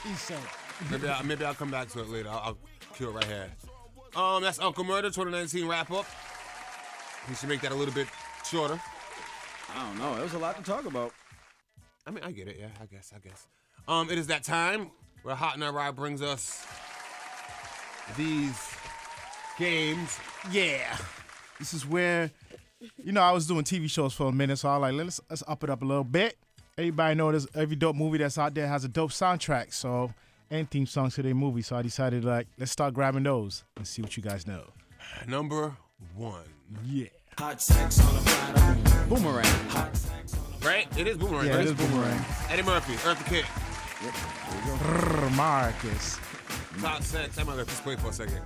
S3: He said.
S2: Maybe, I, maybe I'll come back to it later. I'll, I'll cue it right here. Um, that's Uncle Murder 2019 wrap up. We should make that a little bit shorter.
S10: I don't know. There was a lot to talk about.
S2: I mean, I get it. Yeah, I guess. I guess. Um, it is that time where Hot Nut Ride brings us these games.
S3: Yeah. This is where, you know, I was doing TV shows for a minute, so I was like, let's let's up it up a little bit. Everybody know this every dope movie that's out there has a dope soundtrack, so and theme songs to their movie. So I decided like, let's start grabbing those and see what you guys know.
S2: Number one.
S3: Yeah.
S9: Hot sex on a Friday.
S10: Boomerang.
S2: Right? It is Boomerang.
S3: Yeah, it
S2: right?
S3: is Boomerang.
S2: Eddie Murphy, Eartha Kitt,
S3: Brr, Marcus.
S2: Hot Sex. I'm gonna just play for a second.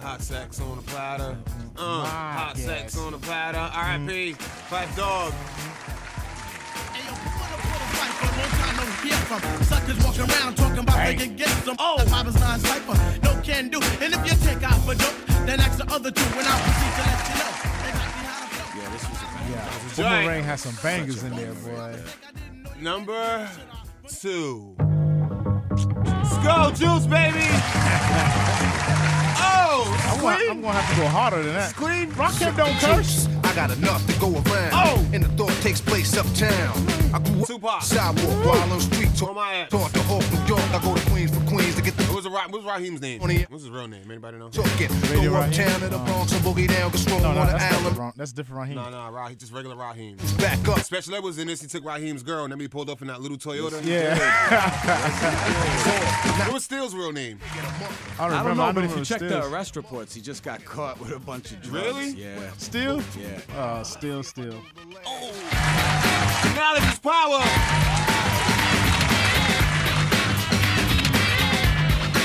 S2: Hot Sex on a platter. Uh, hot
S9: yes.
S2: Sex on a platter.
S3: Mm.
S2: R.I.P. Five Dog.
S9: Suckers walking around talking about they can get some. Oh, mama's non cipher, no can do. And if you take out for dope, then ask the other two when I proceed to let you know.
S10: Yeah, this was.
S3: Yeah.
S2: That's right.
S3: Boomerang has some bangers in there, boy.
S2: Number two. Skull Juice, baby. oh,
S3: I'm gonna, I'm gonna have to go harder than that.
S2: Scream.
S3: Rocket don't curse.
S18: I got enough to go around.
S2: Oh.
S18: And the thought takes place uptown. I grew up
S2: Tupac.
S18: sidewalk, while on street talk.
S2: Taught
S18: to Hawk, New York. I go to Queens for Queens to get the
S2: What was, Ra- what was Raheem's name? What was his real name? Anybody know?
S18: talking.
S3: Radio
S18: go uptown
S3: Raheem?
S18: to the
S3: No.
S18: Bronx and boogie down, get strong
S3: No,
S18: on
S3: no,
S18: the
S3: that's
S18: island.
S3: different. That's different right here.
S2: No, no, Raheem, just regular Raheem.
S18: Back up.
S2: Special Ed was in this. He took Raheem's girl, and then he pulled up in that little Toyota.
S3: Yeah.
S2: what was Steele's real name?
S3: I
S10: I
S3: remember. I
S10: don't know, but
S3: remember
S10: if you
S3: it
S10: check the
S3: still.
S10: arrest reports, he just got caught with a bunch of drugs.
S2: Really?
S10: Yeah.
S3: Still?
S10: Yeah.
S3: Uh, still, still.
S2: Knowledge is power.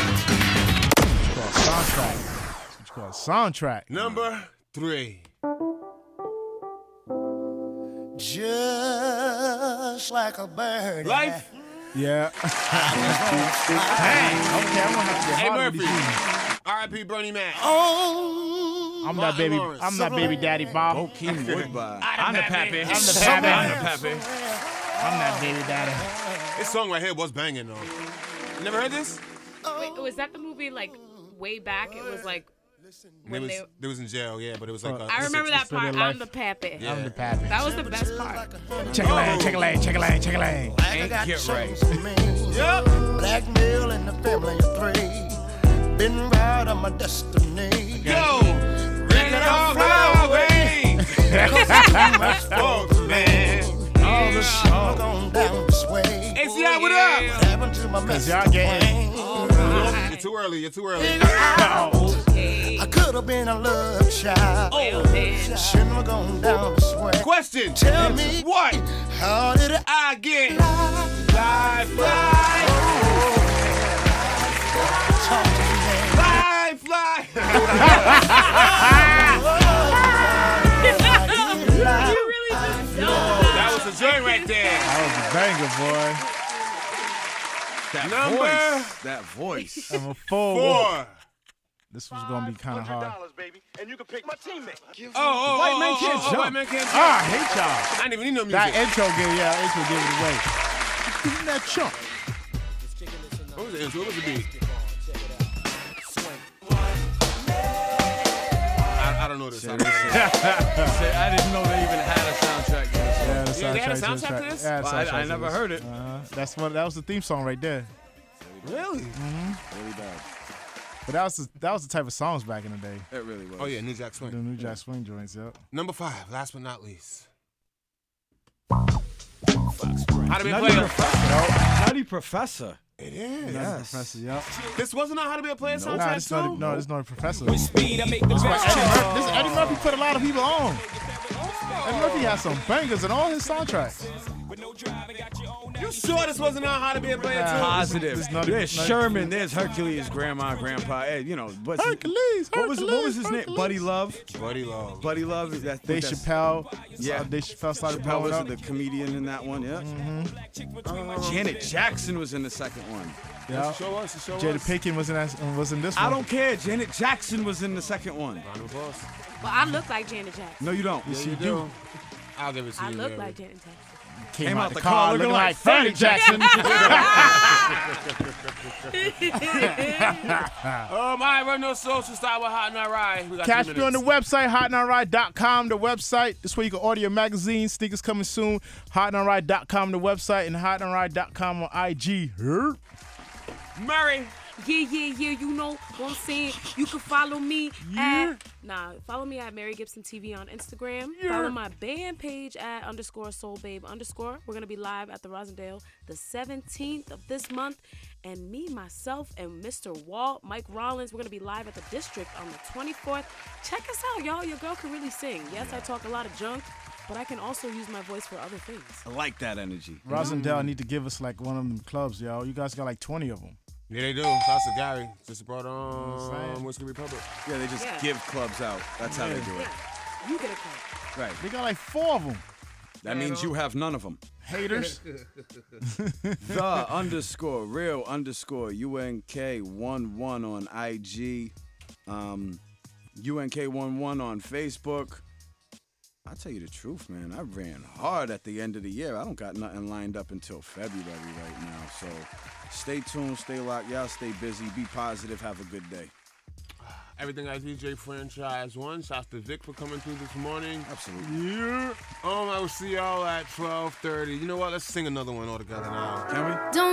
S3: It's called soundtrack. It's called soundtrack.
S2: Number three.
S9: Just like a bird.
S2: Life.
S3: Yeah. okay, I'm gonna have to get
S2: Hey,
S3: harder with these
S2: Murphy.
S3: movies.
S2: R.I.P. Bernie Mac.
S9: Oh.
S3: I'm not
S2: Martin
S3: baby.
S2: Lawrence.
S3: I'm not baby daddy Bob.
S10: Bokeem Woodbine.
S3: I'm the pappy. I'm the
S15: Somebody-
S3: pappy. I'm not baby daddy.
S2: This song right here was banging though. You Never heard this?
S14: Wait, was that the movie like way back? It was like
S2: They
S14: when
S2: was,
S14: they.
S2: they was in jail, yeah, but it was like. a-
S14: I remember that
S3: Still their
S14: part.
S3: life.
S14: I'm the pappy.
S2: Yeah. I'm the
S3: pappy.
S14: That was the best part.
S3: Check a lane. Check a lane. Check a lane. Check a lane.
S9: Ain't get right.
S2: Yep.
S9: Black male and the family of three.
S1: Been right on my destiny.
S19: Yo,
S1: reckon I'm far away. Cause you man. All the song gone down this way.
S2: ACI, what up?
S1: What happened to my
S2: Cause
S1: best
S2: y'all
S1: friend?
S2: You're too early. You're too early.
S1: I could have been a love child. Shouldn't have gone down this way.
S2: Question.
S1: Tell me
S2: what?
S1: How did I get life? Life.
S19: Fly, fly.
S2: That was a joint right there.
S3: That was a banger, boy.
S20: That
S2: Number-
S20: voice. That voice.
S3: Number four.
S20: Four.
S3: This was gonna be kind of hard.
S2: Oh, oh,
S19: White
S2: oh,
S19: man
S2: oh,
S19: can't
S2: oh, oh,
S19: jump.
S2: White man can't jump.
S3: Ah, I hate y'all.
S2: I didn't even need no music.
S3: That intro gave yeah, that intro gave it away. Give me that chunk.
S2: What was the intro? What was the beat? I, I don't know this. I don't know this.
S10: Say, I didn't know they even had a soundtrack. to this.
S3: Yeah, the
S10: they had a
S3: soundtrack
S10: soundtrack to this?
S3: Yeah, the
S10: Well, I-
S3: soundtrack
S10: I
S3: to
S10: never
S3: this.
S10: heard it.
S3: Uh-huh. That's what that was the theme song right there.
S2: Really?
S3: Mhm.
S20: Really bad.
S3: But that was the, that was the type of songs back in the day.
S20: It really was.
S2: Oh yeah, New Jack Swing.
S3: The New Jack Swing joints. Yep.
S2: Number five, last but not least.
S10: How
S2: to be a
S10: Nutty
S2: player.
S10: Professor. Nutty Professor.
S2: It is.
S3: Nutty Professor. Yep.
S2: This wasn't on How to Be a Player
S3: Nah,
S2: soundtrack
S3: this not,
S2: too.
S3: no, this not Professor.
S2: With speed, I make the
S3: That's why
S2: best
S3: Eddie
S2: of-
S3: Murphy, this Eddie Murphy put a lot of people on. Eddie Murphy has some bangers in all his soundtracks.
S2: You sure this wasn't on How to Be a Player too?
S10: Positive.
S3: It's Uh, not-
S10: there's
S3: it's not-
S10: Sherman. There's Hercules. Grandma, Grandpa. Hey, you know. But
S3: Hercules.
S10: What was what was his name? Buddy Love.
S2: Buddy Love.
S10: Buddy Love. Is that
S3: Dave
S10: that's-
S3: Chappelle.
S10: Yeah.
S3: Yeah. Dave Chappelle started
S10: Chappelle
S3: blowing
S10: was
S3: up.
S10: the comedian in that one. Yeah. Mm-hmm. Um, Janet Jackson was in the second one.
S3: Yeah.
S10: Show us, show
S3: Jada
S10: us.
S3: Pinkett was in that, was in this
S10: I
S3: one.
S10: don't care. Janet Jackson was in the second one.
S14: Well, I look like Janet Jackson.
S10: No, you don't.
S3: Yes, you do.
S2: I'll give it to
S14: I
S2: you.
S14: look
S2: Larry.
S14: like Janet Jackson.
S3: Came, out, the car, looking, like Fanny Jackson.
S2: um, all right, run no social style with Hot and I Ride. We got
S3: Catch
S2: two
S3: me on the
S2: minutes.
S3: website, hotandride.com, the website. That's where you can order your magazine. Sneakers coming soon. Hotandride.com, the website, and hotandride.com on IG. Herp.
S14: Murray. Yeah, yeah, yeah. You know what I'm saying? You can follow me
S3: Yeah.
S14: at nah, follow me at Mary Gibson TV on Instagram.
S3: Yeah.
S14: Follow my band page at underscore soul babe underscore. We're gonna be live at the Rosendale the 17th of this month. And me, myself, and Mr. Walt, Mike Rollins, we're gonna be live at the district on the 24th. Check us out, y'all. Your girl can really sing. Yes, I talk a lot of junk, but I can also use my voice for other things.
S10: I like that energy.
S3: Rosendale need to give us like one of them clubs, y'all. You guys got like 20 of them.
S2: Yeah, they do. Salsa Gary just brought
S3: what I'm
S2: on
S3: saying?
S2: Whiskey Republic.
S10: Yeah, they just
S14: Yeah.
S10: give clubs out. That's how they
S3: Yeah.
S10: do it.
S14: You get a call.
S10: Right.
S3: They got like four of them.
S10: That means you have none of them.
S3: Haters.
S10: the underscore real underscore unk one one on IG, um, unk one one on Facebook. I tell you the truth, man. I ran hard at the end of the year. I don't got nothing lined up until February right now. So stay tuned, stay locked, y'all. Stay busy, be positive, have a good day.
S2: Everything I DJ franchise one. Shouts to Vic for coming through this morning.
S10: Absolutely.
S2: Yeah. Um, I will see y'all at twelve thirty. You know what? Let's sing another one all together now.
S10: Can we?
S7: Don't